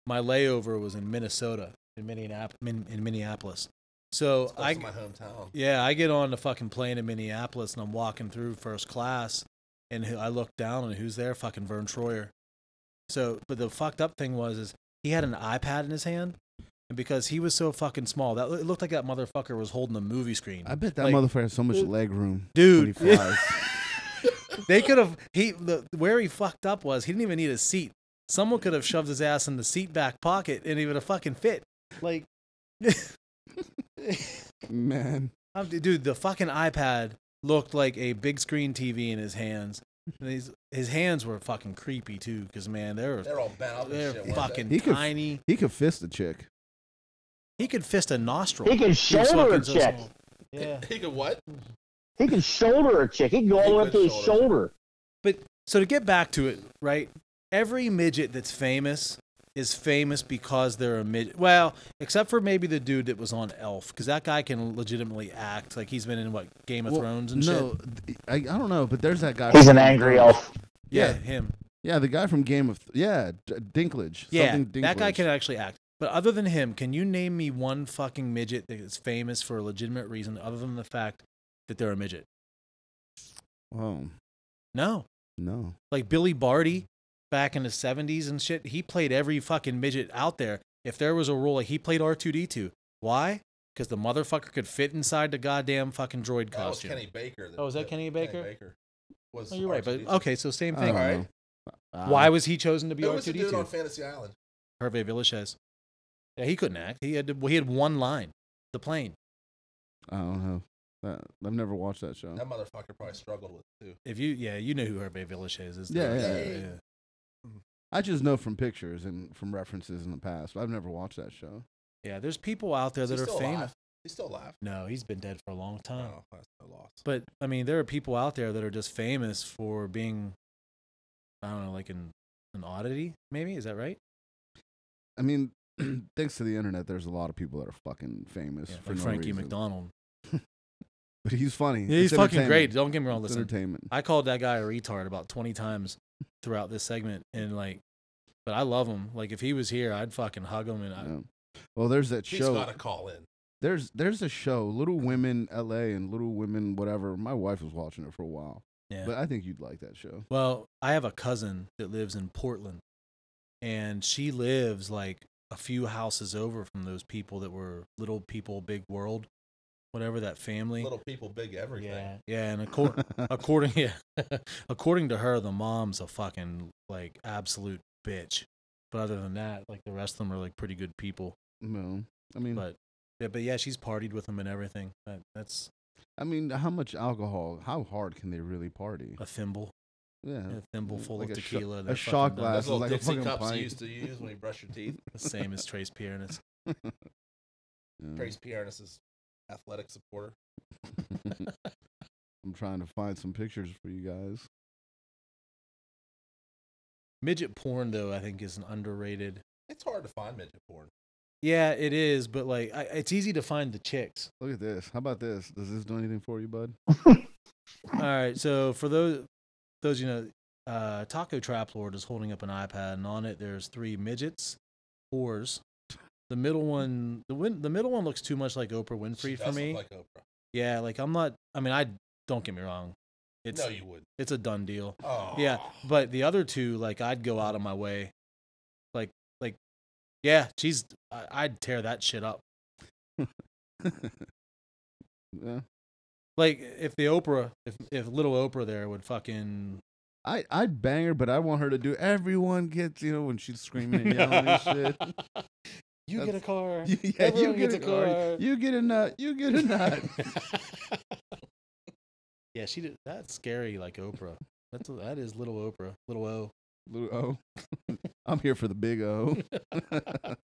my layover was in Minnesota, in Minneapolis. In, in Minneapolis. So
I
I
my hometown.
yeah, I get on the fucking plane in Minneapolis and I'm walking through first class, and who- I look down and who's there? Fucking Vern Troyer. So, but the fucked up thing was is he had an iPad in his hand, and because he was so fucking small, that it looked like that motherfucker was holding a movie screen.
I bet that
Like-
motherfucker has so much leg room. when he
Dude,
flies.
They could have he the, where he fucked up was he didn't even need a seat. Someone could have shoved his ass in the seat back pocket and he would have fucking fit. Like,
man.
I'm- dude, the fucking iPad looked like a big screen TV in his hands. And his his hands were fucking creepy too, because man, they were
They're all bent up. and
they're
shit, weren't
fucking
He could-
tiny.
He could fist a chick.
He could fist a nostril.
he can
He was
shoulder a
fucking so
chick.
small.
they?
Yeah.
He could what? Oh,
He can shoulder a chick. He can go all the way
He
up to
could
his shoulder.
But so to get back to it, right? Every midget that's famous is famous because they're a midget. Well, except for maybe the dude that was on Elf, because that guy can legitimately act. Like he's been in what Game of
Well,
Thrones and
no, th- I, I don't know, but there's that guy.
He's
from Game
an
of
angry
Thrones.
elf.
shit. Yeah,
yeah.
him.
Yeah, the guy from Game of Th- yeah, D- Dinklage.
Yeah,
something Dinklage.
that guy can actually act. But other than him, can you name me one fucking midget that is famous for a legitimate reason other than the fact that they're a midget?
Oh
No.
no,
Like Billy Barty back in the 70s and shit, he played every fucking midget out there. If there was a role, like he played R2D2. Why? Because the motherfucker could fit inside the goddamn fucking droid
That was
costume.
Kenny Baker.
Oh, is that Kenny Baker?
Was
Oh, you're right, but
R2D2.
okay, so same
I
thing.
don't
Alright.
know. I-
Why was he chosen to be
There was a dude on
R2D2?
Fantasy Island.
Hervé Villachez. Yeah, he couldn't act. He had to, he had one line. The plane.
I don't know. That- I've never watched that show.
That motherfucker probably struggled with it, too.
If you yeah, you know who Hervé Villachez is.
Yeah,
yeah,
yeah,
yeah.
yeah.
I just know from pictures and from references in the past. But I've never watched that show.
Yeah, there's people out there
Is he
that are
still
famous.
alive? He's still alive.
No, he's been dead for a long time.
Oh, that's a loss.
But I mean, there are people out there that are just famous for being, I don't know, like an an oddity. Maybe is that right?
I mean, thanks to the internet, there's a lot of people that are fucking famous
Yeah,
for
like
no
Frankie
reason.
McDonald.
But he's funny.
Yeah, he's
It's
fucking great.
entertainment.
Don't get me wrong.
It's
Listen,
entertainment.
I called that guy a retard about 20 times throughout this segment, and like, but I love him. Like, if he was here, I'd fucking hug him. And I,
Yeah. Well, there's that
He's
show.
got to call in.
there's there's a show, Little Women L.A. and Little Women whatever. My wife was watching it for a while,
yeah.
but I think you'd like that show.
Well, I have a cousin that lives in Portland, and she lives like a few houses over from those people that were little people, big world, whatever that family.
Little people, big everything.
yeah, yeah, and according according yeah, according to her, the mom's a fucking like absolute bitch. But other than that, like the rest of them are like pretty good people.
no, I mean,
But yeah, but yeah, she's partied with them and everything. That, that's
I mean, how much alcohol? How hard can they really party?
a thimble,
Yeah, Mm,
a thimble full
Like
of
a sho-
tequila.
a
they're fucking
shot
done.
glass.
Those
That's
little
like a
Dixie
fucking
cups
pint.
you used to use when you brush your teeth.
The same as Trace Piernis.
Yeah.
Trace Piernis's athletic supporter.
I'm trying to find some pictures for you guys.
Midget porn, though, I think is an underrated.
It's hard to find midget porn.
Yeah, it is, but like, I, it's easy to find the chicks.
Look at this. How about this? Does this do anything for you, bud?
All right, so for those those you know, uh, Taco Trap Lord is holding up an iPad, and on it there's three midgets, whores. The middle one, the win, the middle one looks too much like Oprah
She
Winfrey for
does look
me.
Like Oprah.
yeah, like I'm not. I mean, I don't get me wrong, it's
no, you wouldn't.
it's a done deal.
Oh.
Yeah, but the other two, like I'd go out of my way, like like, yeah, she's I, I'd tear that shit up.
yeah.
Like if the Oprah, if if little Oprah there would fucking
I I'd bang her, but I want her to do. Everyone gets you know when she's screaming and yelling and shit.
You
That's-
get a car.
You- yeah,
Everyone
you
gets
get
a
a car.
car.
You get a nut. You get a nut.
yeah, she did. That's scary, like Oprah. That's that is little Oprah, little O.
Little O. I'm here for the big O. so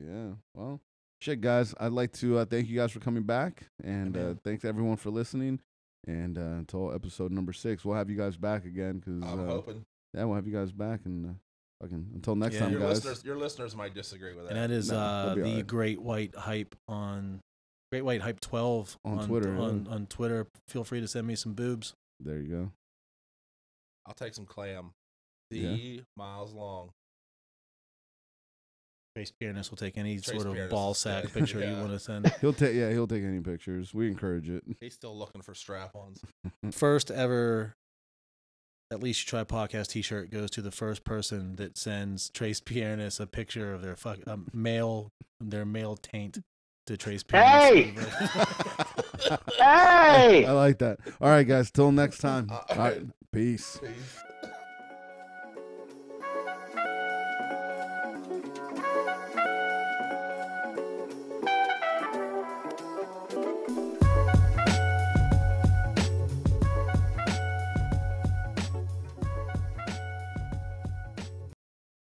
yeah, well, shit, guys. I'd like to uh, thank you guys for coming back, and uh,
man.
thanks everyone for listening. And uh, until episode number six, we'll have you guys back again because
I'm
uh,
hoping
yeah, we'll have you guys back and uh, fucking until next
Yeah.
time,
your
guys.
listeners, your listeners might disagree with
And
that.
that is
No,
uh,
that'll be
the
alright.
Great White Hype on Great White Hype twelve
On Twitter, yeah.
On, on Twitter, feel free to send me some boobs.
There you go.
I'll take some clam. The
Yeah.
miles long.
Trace Piernis will take any
Trace
sort of
Piernas
ball
is
sack
dead.
picture you
Yeah.
want to send.
He'll take yeah, he'll take any pictures. We encourage it.
He's still looking for strap-ons.
first ever at least you try podcast t-shirt goes to the first person that sends Trace Piernis a picture of their fuck um, male their male taint to Trace
Hey!
Piernis.
I
Hey!
like that. All right, guys. Till next time.
All
All right. Peace.
Peace.